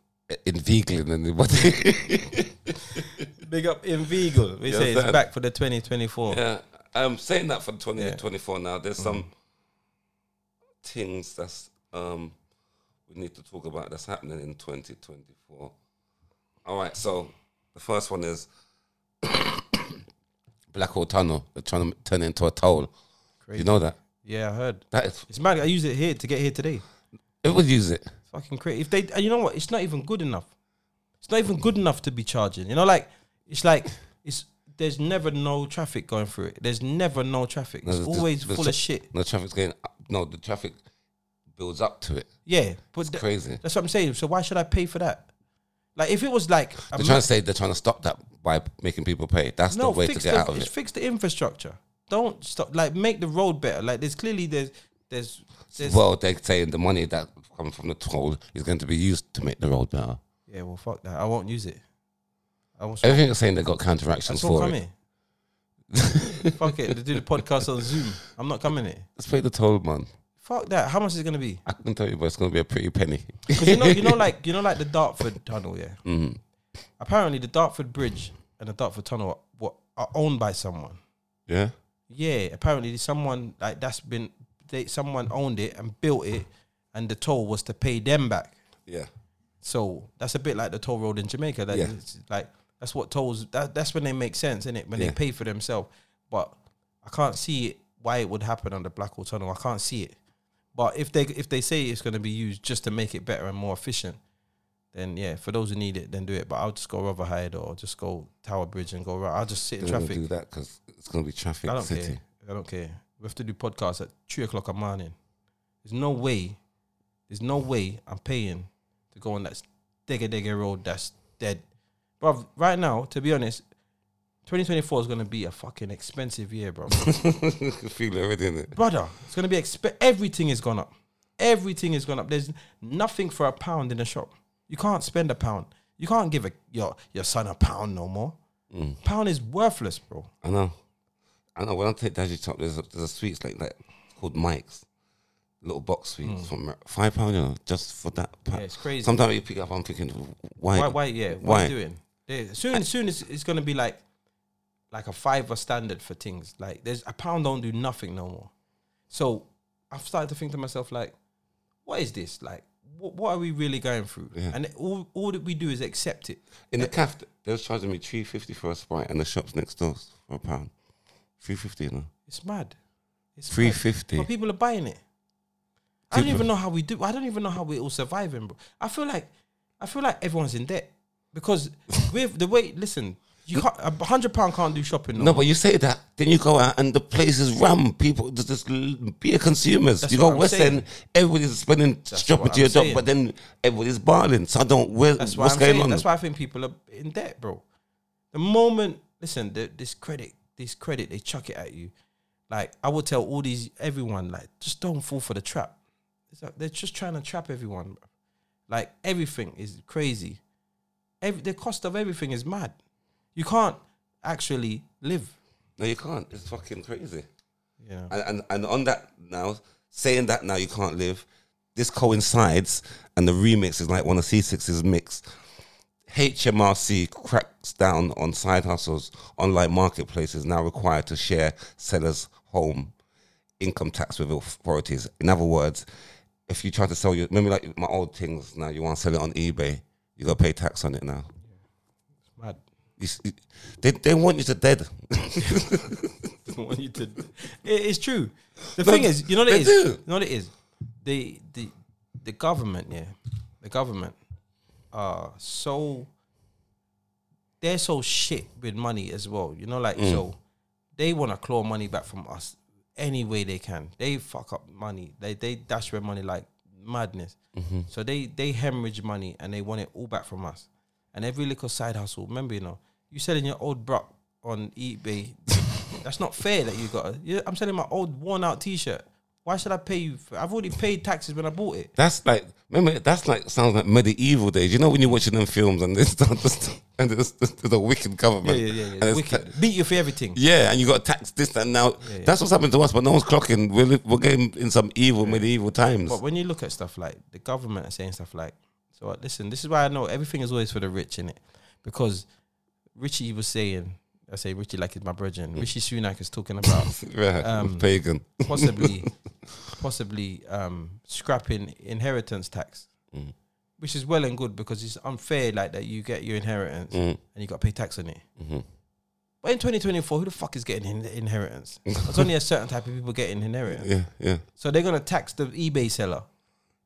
Speaker 2: in Vigeland and what.
Speaker 1: big up Invigo. We say it's
Speaker 2: sir.
Speaker 1: back for the 2024.
Speaker 2: Yeah, Uh, I'm saying that for 20 24 now. There's some
Speaker 1: Mm-hmm.
Speaker 2: things that's um we need to talk about that's happening in 2024. All right, so the first one is Black Hole Tunnel. They're trying to turn it into a toll. You know that?
Speaker 1: Yeah, I heard.
Speaker 2: That is,
Speaker 1: It's mad. I used it here to get here today.
Speaker 2: it would use it.
Speaker 1: It's fucking crazy. If they, and you know what? It's not even good enough. It's not even good enough to be charging. You know, like it's like it's. There's never no traffic going through it. There's never no traffic. It's
Speaker 2: There's-
Speaker 1: always
Speaker 2: there's
Speaker 1: full
Speaker 2: tra-
Speaker 1: of shit.
Speaker 2: No traffic's going. Up. No, the traffic builds up to it.
Speaker 1: Yeah, but
Speaker 2: It's
Speaker 1: th-
Speaker 2: crazy.
Speaker 1: that's what I'm saying. So why should I pay for that? Like, if it was like a
Speaker 2: They're trying to say they're trying to stop that by making people pay. That's
Speaker 1: No,
Speaker 2: the way to
Speaker 1: fix
Speaker 2: get
Speaker 1: the,
Speaker 2: out of
Speaker 1: it's
Speaker 2: it.
Speaker 1: fix the infrastructure. Don't stop. Like make the road better. Like there's clearly there's there's there's
Speaker 2: well, they're saying the money that coming from the toll is going to be used to make the road better.
Speaker 1: yeah. Well, fuck that. I won't use it. I won't. I
Speaker 2: Everything's saying they got counteractions
Speaker 1: saw
Speaker 2: for it.
Speaker 1: coming. fuck it. They do the podcast on Zoom. I'm not coming it.
Speaker 2: Let's pay the toll, man.
Speaker 1: Fuck that. How much is it gonna be?
Speaker 2: I can tell you, but it's going to be a pretty penny.
Speaker 1: Because you know, you know, like you know, like the Dartford Tunnel. Yeah. Apparently, the Dartford Bridge and the Dartford Tunnel are, what, are owned by someone.
Speaker 2: yeah,
Speaker 1: Yeah, apparently there's someone like that's been they someone owned it and built it, and the toll was to pay them back.
Speaker 2: yeah.
Speaker 1: So that's a bit like the toll road in Jamaica. That
Speaker 2: Yeah.
Speaker 1: it's like that's what tolls. That, that's when they make sense, is it? When
Speaker 2: Yeah.
Speaker 1: they pay for themselves. But I can't see it why it would happen on the Black Hole Tunnel. I can't see it. But if they if they say it's going to be used just to make it better and more efficient, then yeah, for those who need it, then do it. But I'll just go Rotherhide or just go Tower Bridge and go around. I'll just sit in
Speaker 2: They're going to
Speaker 1: traffic.
Speaker 2: do that because it's going to be traffic
Speaker 1: I don't
Speaker 2: city.
Speaker 1: care. I don't care. We have to do podcasts at three o'clock in the morning. There's no way. There's no way I'm paying to go on that digger digger road that's dead. Bruv, right now, to be honest, 2024 is gonna be a fucking expensive year, bro.
Speaker 2: I can feel it already in it.
Speaker 1: Brother, it's gonna be exp- everything is gone up. Everything is gone up. There's nothing for a pound in a shop. You can't spend a pound. You can't give a, your your son a pound no more. Pound is worthless, bro.
Speaker 2: I know. I know. When I take Daddy Chop, there's a, there's a sweets like that called Mike's. Little box sweets from five pound, you know, just for that. Pack.
Speaker 1: Mm. it's crazy.
Speaker 2: Sometimes you pick up, I'm thinking, why?
Speaker 1: Why? Why? Yeah. Why? you doing? Yeah, soon, soon it's, it's gonna be like, like a fiver standard for things. Like there's a pound don't do nothing no more. So I've started to think to myself like, what is this? Like, what, what are we really going through? And all all that we do is accept it.
Speaker 2: In the cafe, they was charging me three fifty for a sprite, and the shops next door for a pound. Three fifty, you know.
Speaker 1: It's mad. It's
Speaker 2: Three
Speaker 1: mad.
Speaker 2: fifty.
Speaker 1: But people are buying it. I don't even know how we do. I don't even know how we're all surviving, bro. I feel like, I feel like everyone's in debt because with the way. Listen, you can't. A hundred pound can't do shopping. No,
Speaker 2: No, but you say that, then you go out and the place is ram. People, there's just l- beer consumers. you
Speaker 1: what
Speaker 2: go
Speaker 1: I'm
Speaker 2: West
Speaker 1: saying.
Speaker 2: End, everybody's spending shopping
Speaker 1: what
Speaker 2: to your
Speaker 1: I'm
Speaker 2: job,
Speaker 1: saying.
Speaker 2: but then everybody's barling. So I don't. Where,
Speaker 1: That's why
Speaker 2: what's
Speaker 1: I'm
Speaker 2: going
Speaker 1: saying.
Speaker 2: on?
Speaker 1: That's why I think people are in debt, bro. The moment, listen, the, this credit, this credit, they chuck it at you. Like I would tell all these everyone, like just don't fall for the trap. It's like they're just trying to trap everyone. bro. Like everything is crazy. Every, the cost of everything is mad. You can't actually live.
Speaker 2: no, you can't. It's fucking crazy.
Speaker 1: You know.
Speaker 2: And, and and on that now, saying that now you can't live. This coincides, and the remix is like one of C6's mix. HMRC cracks down on side hustles. Online marketplaces now required to share sellers' home income tax with authorities. In other words, if you try to sell your, remember like my old things now, you want to sell it on eBay, you got to pay tax on it now.
Speaker 1: It's mad.
Speaker 2: You s- they, they want you to dead.
Speaker 1: Don't want you to. It is true. The
Speaker 2: No,
Speaker 1: thing is, you know what
Speaker 2: they
Speaker 1: it is.
Speaker 2: do.
Speaker 1: You know what it is. The the the government, yeah, the government are so they're so shit with money as well. You know, like so they want to claw money back from us any way they can. They fuck up money. They they dash their money like madness. So they they hemorrhage money and they want it all back from us. And every little side hustle. Remember, you know, you selling your old brock on eBay. That's not fair that you got. a- Yeah, I'm selling my old worn out T-shirt. Why should I pay you? For, I've already paid taxes when I bought it.
Speaker 2: That's like remember that's like sounds like medieval days. You know when you're watching them films and they start just and there's, there's a wicked
Speaker 1: Yeah,
Speaker 2: government.
Speaker 1: yeah, yeah.
Speaker 2: And
Speaker 1: yeah.
Speaker 2: it's
Speaker 1: Wicked.
Speaker 2: ta-
Speaker 1: Beat you for everything.
Speaker 2: yeah, and you got tax this and now. That's what's happened to us, but no one's clocking. We're, li- we're getting in some evil medieval times.
Speaker 1: But when you look at stuff like the government are saying stuff like, so uh, listen, this is why I know everything is always for the rich, in it, because Richie was saying, I say Richie like it's my brethren. Richie Sunak is talking about
Speaker 2: yeah,
Speaker 1: um,
Speaker 2: pagan.
Speaker 1: possibly, possibly um, scrapping inheritance tax,
Speaker 2: Mm,
Speaker 1: which is well and good because it's unfair like that you get your inheritance
Speaker 2: mm,
Speaker 1: and you got to pay tax on it.
Speaker 2: mm-hmm.
Speaker 1: But in 2024, who the fuck is getting in- inheritance? There's only a certain type of people getting inheritance.
Speaker 2: Yeah, yeah,
Speaker 1: So they're going to tax the eBay seller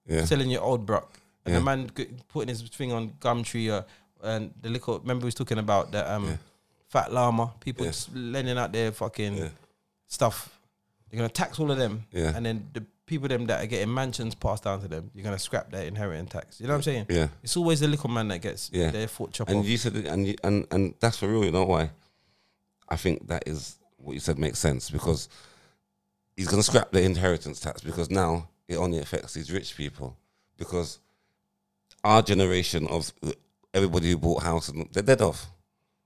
Speaker 2: yeah.
Speaker 1: selling your old brock, and the
Speaker 2: Yeah.
Speaker 1: man g- putting his thing on Gumtree uh, and the little. Remember, we was talking about the um, fat llama people
Speaker 2: Yeah.
Speaker 1: just lending out their fucking
Speaker 2: Yeah.
Speaker 1: stuff. You're gonna tax all of them,
Speaker 2: Yeah.
Speaker 1: and then the people them that are getting mansions passed down to them, you're gonna scrap their inheritance tax. You know what I'm saying?
Speaker 2: Yeah.
Speaker 1: It's always the little man that gets
Speaker 2: Yeah.
Speaker 1: their foot chopped
Speaker 2: And
Speaker 1: off.
Speaker 2: you said, and you, and and that's for real. You know why? I think that is what you said makes sense because he's going to scrap the inheritance tax because now it only affects these rich people because our generation of everybody who bought houses they're dead off.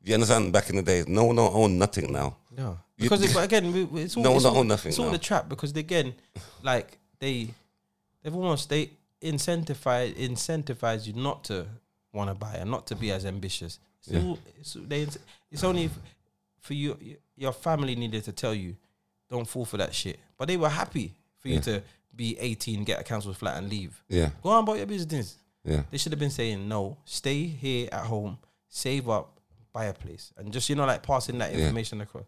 Speaker 2: You understand? Back in the days, no one owned nothing now.
Speaker 1: No,
Speaker 2: You-
Speaker 1: because it, but again, we- we- it's all
Speaker 2: No,
Speaker 1: it's
Speaker 2: no,
Speaker 1: all,
Speaker 2: nothing,
Speaker 1: It's all
Speaker 2: no.
Speaker 1: the trap because they, again, like they, they've almost they incentivize incentivize you not to want to buy and not to be as ambitious. It's,
Speaker 2: Yeah.
Speaker 1: all, it's, they, ins- it's only f- for you. y- Your family needed to tell you, don't fall for that shit. But they were happy for you
Speaker 2: Yeah.
Speaker 1: to be eighteen, get a council flat, and leave.
Speaker 2: Yeah,
Speaker 1: Go on about your business.
Speaker 2: yeah,
Speaker 1: They should have been saying no. Stay here at home, save up, buy a place, and just you know like passing that
Speaker 2: Yeah.
Speaker 1: information across.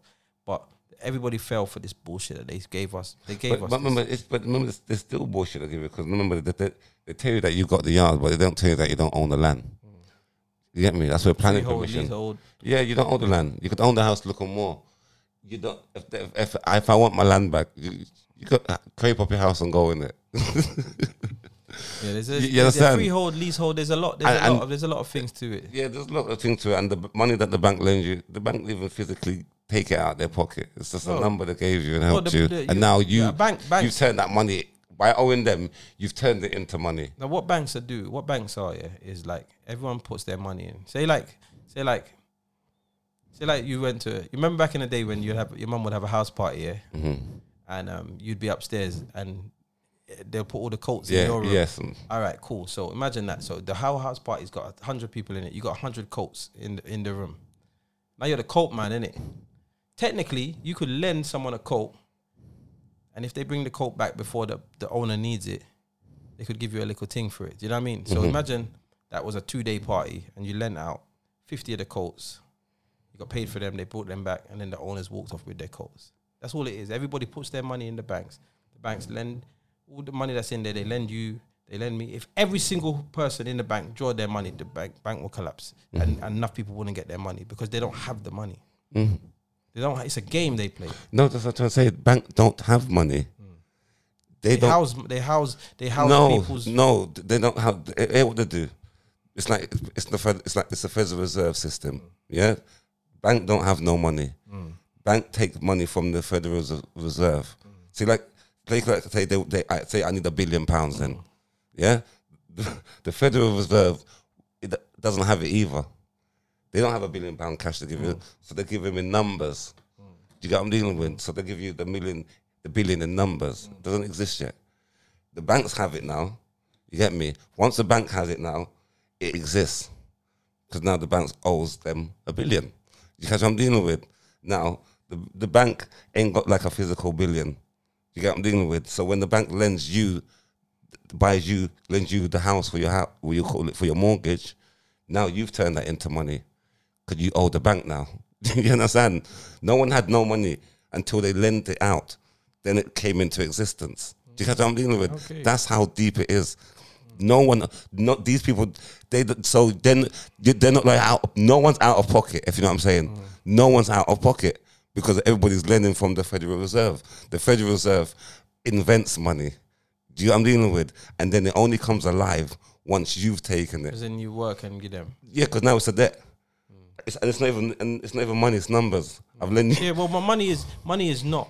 Speaker 1: But everybody fell for this bullshit that they gave us. They gave
Speaker 2: but,
Speaker 1: us.
Speaker 2: but
Speaker 1: this.
Speaker 2: remember, it's, but remember, there's- there's still bullshit they give you because remember they, they, they tell you that you've got the yard, but they don't tell you that you don't own the land. You get me? That's where planning
Speaker 1: Freehold,
Speaker 2: permission.
Speaker 1: leasehold.
Speaker 2: Yeah, you don't own the land. You could own the house, look on more. You don't. If if, if, if I want my land back, you, you could creep up your house and go in it.
Speaker 1: Yeah, there's a,
Speaker 2: You- you
Speaker 1: there's a
Speaker 2: understand?
Speaker 1: freehold, leasehold. There's a lot. There's
Speaker 2: And-
Speaker 1: a lot
Speaker 2: and-
Speaker 1: of there's a lot of things to it.
Speaker 2: yeah, there's a lot of things to it, and the b- money that the bank lends you, the bank didn't even physically take it out their pocket. It's just
Speaker 1: No.
Speaker 2: a number they gave you and helped
Speaker 1: the-
Speaker 2: you,
Speaker 1: the-
Speaker 2: and
Speaker 1: you-
Speaker 2: now you
Speaker 1: yeah, bank-
Speaker 2: you've
Speaker 1: banks-
Speaker 2: turned that money by owing them, you've turned it into money.
Speaker 1: Now, what banks are do? What banks are? Yeah, is like everyone puts their money in. Say like, say like, say like you went to. You remember back in the day when you have your mum would have a house party, yeah,
Speaker 2: Mm-hmm.
Speaker 1: and um, you'd be upstairs and they'll put all the coats in
Speaker 2: Yeah,
Speaker 1: your room.
Speaker 2: yes, mm,
Speaker 1: All right, cool. So imagine that. So the whole house party's got hundred people in it. You got hundred coats in the, in the room. Now you're the coat man, innit? Technically, you could lend someone a coat, and if they bring the coat back before the, the owner needs it, they could give you a little thing for it. Do you know what I mean? So imagine that was a two day party, and you lent out fifty of the coats. You got paid for them. They brought them back, and then the owners walked off with their coats. That's all it is. Everybody puts their money in the banks. The banks lend all the money that's in there, they lend you, they lend me. If every single person in the bank draw their money, the bank bank will collapse,
Speaker 2: Mm-hmm.
Speaker 1: and, and enough people wouldn't get their money because they don't have the money. They don't. It's a game they play.
Speaker 2: No, that's what I'm saying. Bank don't have money. They,
Speaker 1: They
Speaker 2: don't.
Speaker 1: house. They house. They house
Speaker 2: no,
Speaker 1: people's.
Speaker 2: no, they don't have. eh, eh, what they do? It's like it's the Fed- it's like it's the Federal Reserve System. Yeah, bank don't have no money.
Speaker 1: Hmm.
Speaker 2: Bank take money from the Federal Res- Reserve. See, like they could say they, they I say I need a billion pounds.
Speaker 1: Hmm.
Speaker 2: Then, yeah, the Federal Reserve it do- doesn't have it either. They don't have a billion pound cash to give
Speaker 1: Hmm.
Speaker 2: you, so they give them in numbers. Do you get what I'm dealing with? So they give you the million, the billion in numbers.
Speaker 1: Hmm.
Speaker 2: Doesn't exist yet. The banks have it now. You get me? Once the bank has it now, it exists. Because now the bank owes them a billion. You catch what I'm dealing with? Now, the, the bank ain't got like a physical billion. You get what I'm dealing with? So when the bank lends you, buys you, lends you the house for your house, what you call it, for your mortgage, now you've turned that into money because you owe the bank now. you understand? No one had no money until they lent it out. Then it came into existence. Do you catch what I'm dealing with?
Speaker 1: Okay.
Speaker 2: That's how deep it is. No one, not these people. They so then they're not like out. No one's out of pocket. If you know what I'm saying, no one's out of pocket because everybody's lending from the Federal Reserve. The Federal Reserve invents money. Do you know what I'm dealing with? And then it only comes alive once you've taken it.
Speaker 1: As in, you work and give them.
Speaker 2: Yeah, because now it's a debt. It's, and it's not even and it's not even money. It's numbers. I've lent you.
Speaker 1: Yeah, well, my money is money is not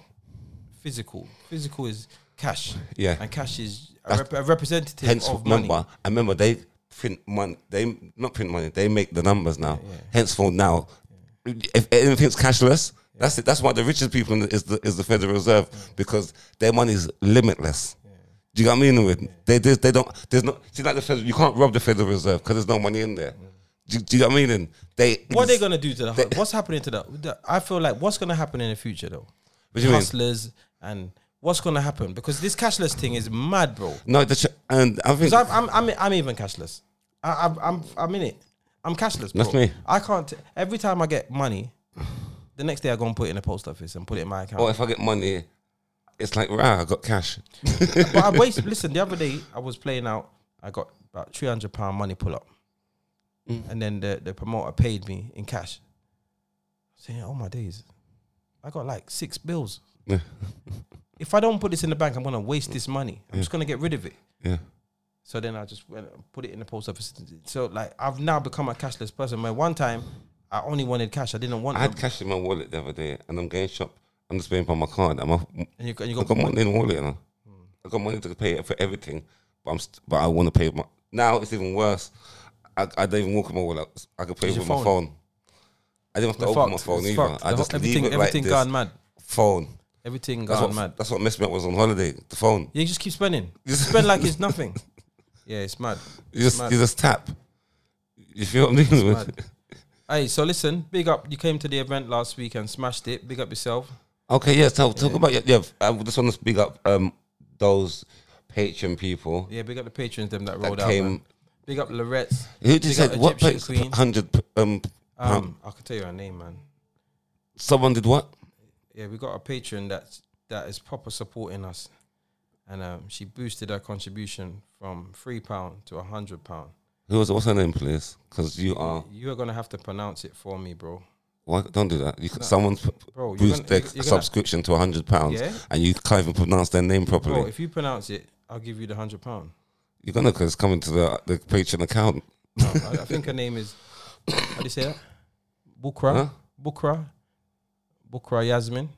Speaker 1: physical. Physical is cash.
Speaker 2: Yeah.
Speaker 1: and cash is a, rep- a representative
Speaker 2: Hence,
Speaker 1: of money.
Speaker 2: remember, I remember they print money. They not print money. They make the numbers now.
Speaker 1: Yeah, yeah.
Speaker 2: Henceforth, now, if anything's cashless, that's it. That's why the richest people in the, is the is the Federal Reserve because their money is limitless. Do you get what I mean? With they, they they don't there's no see like the Federal, you can't rob the Federal Reserve because there's no money in there. Do, do you get what I mean? And They
Speaker 1: What are they gonna do to the? hu- What's happening to that? The, I feel like what's gonna happen in the future though.
Speaker 2: What do you mean?
Speaker 1: Hustlers and what's gonna happen because this cashless thing is mad, bro.
Speaker 2: no the ch- and I think
Speaker 1: So I'm, I'm, I'm, I'm even cashless. I, I'm, I'm, I'm in it. I'm cashless. Bro.
Speaker 2: That's me.
Speaker 1: I can't. every time I get money, the next day I go and put it in the post office and put it in my account.
Speaker 2: or oh, if I get money, it's like rah, I got cash.
Speaker 1: but I waste. Listen, the other day I was playing out. I got about three hundred pound money pull up,
Speaker 2: Mm.
Speaker 1: and then the, the promoter paid me in cash. Saying, "Oh my days, I got like six bills.
Speaker 2: Yeah.
Speaker 1: If I don't put this in the bank, I'm gonna waste this money. I'm
Speaker 2: Mm.
Speaker 1: just gonna get rid of it."
Speaker 2: yeah.
Speaker 1: So then I just went and put it in the post office. So like I've now become a cashless person. Where one time I only wanted cash. I didn't want.
Speaker 2: I had
Speaker 1: them.
Speaker 2: cash in my wallet the other day, and I'm going shop. I'm just paying by my card. I'm a,
Speaker 1: And you, and you
Speaker 2: I
Speaker 1: got,
Speaker 2: got money in the wallet. You know?
Speaker 1: Hmm.
Speaker 2: I got money to pay for everything, but I'm st- but I want to pay my. Now it's even worse. I, I don't even walk with my wallet. I can pay
Speaker 1: Use
Speaker 2: with
Speaker 1: your
Speaker 2: my
Speaker 1: phone.
Speaker 2: phone. I didn't have to
Speaker 1: It's
Speaker 2: open my
Speaker 1: fucked.
Speaker 2: phone
Speaker 1: It's
Speaker 2: either.
Speaker 1: fucked.
Speaker 2: I
Speaker 1: The
Speaker 2: just
Speaker 1: whole- everything,
Speaker 2: leave it
Speaker 1: everything
Speaker 2: like
Speaker 1: gone
Speaker 2: this.
Speaker 1: mad.
Speaker 2: Phone.
Speaker 1: Everything
Speaker 2: That's
Speaker 1: gone
Speaker 2: what,
Speaker 1: mad.
Speaker 2: that's what messed me up. when I Was on holiday. The phone.
Speaker 1: Yeah, you just keep spending. You spend like it's nothing. Yeah, it's mad.
Speaker 2: You just
Speaker 1: mad.
Speaker 2: you just tap. You feel what I'm dealing with?
Speaker 1: mad. Hey, so listen, big up. You came to the event last week and smashed it. Big up yourself.
Speaker 2: Okay, yeah. So talk about yeah. yeah I just want to speak up um, those Patreon people
Speaker 1: Yeah, big up the patrons them that
Speaker 2: that
Speaker 1: rolled out.
Speaker 2: came.
Speaker 1: man. Big up Lorette.
Speaker 2: Who did
Speaker 1: Big up
Speaker 2: say what?
Speaker 1: Egyptian queen.
Speaker 2: Hundred. Um, pound-
Speaker 1: Um, I can tell you her name, man.
Speaker 2: someone did what?
Speaker 1: Yeah, we got a patron that's that is proper supporting us, and um, she boosted her contribution from three pound to a hundred pound.
Speaker 2: Who was? it? What's her name, please? Because you are.
Speaker 1: You are gonna have to pronounce it for me, bro.
Speaker 2: Why don't do that. You, could someone's p-
Speaker 1: Bro, you're
Speaker 2: boosted
Speaker 1: gonna-
Speaker 2: their
Speaker 1: you're- you're gonna-
Speaker 2: subscription to hundred pounds,
Speaker 1: Yeah.
Speaker 2: and you can't even pronounce their name properly.
Speaker 1: Bro, if you pronounce it, I'll give you the hundred pound.
Speaker 2: You're gonna because it's coming to the the Patreon account.
Speaker 1: No, I, I think her name is. How do you say that? Bukra,
Speaker 2: Huh?
Speaker 1: Bukra, Bukra Yasmin.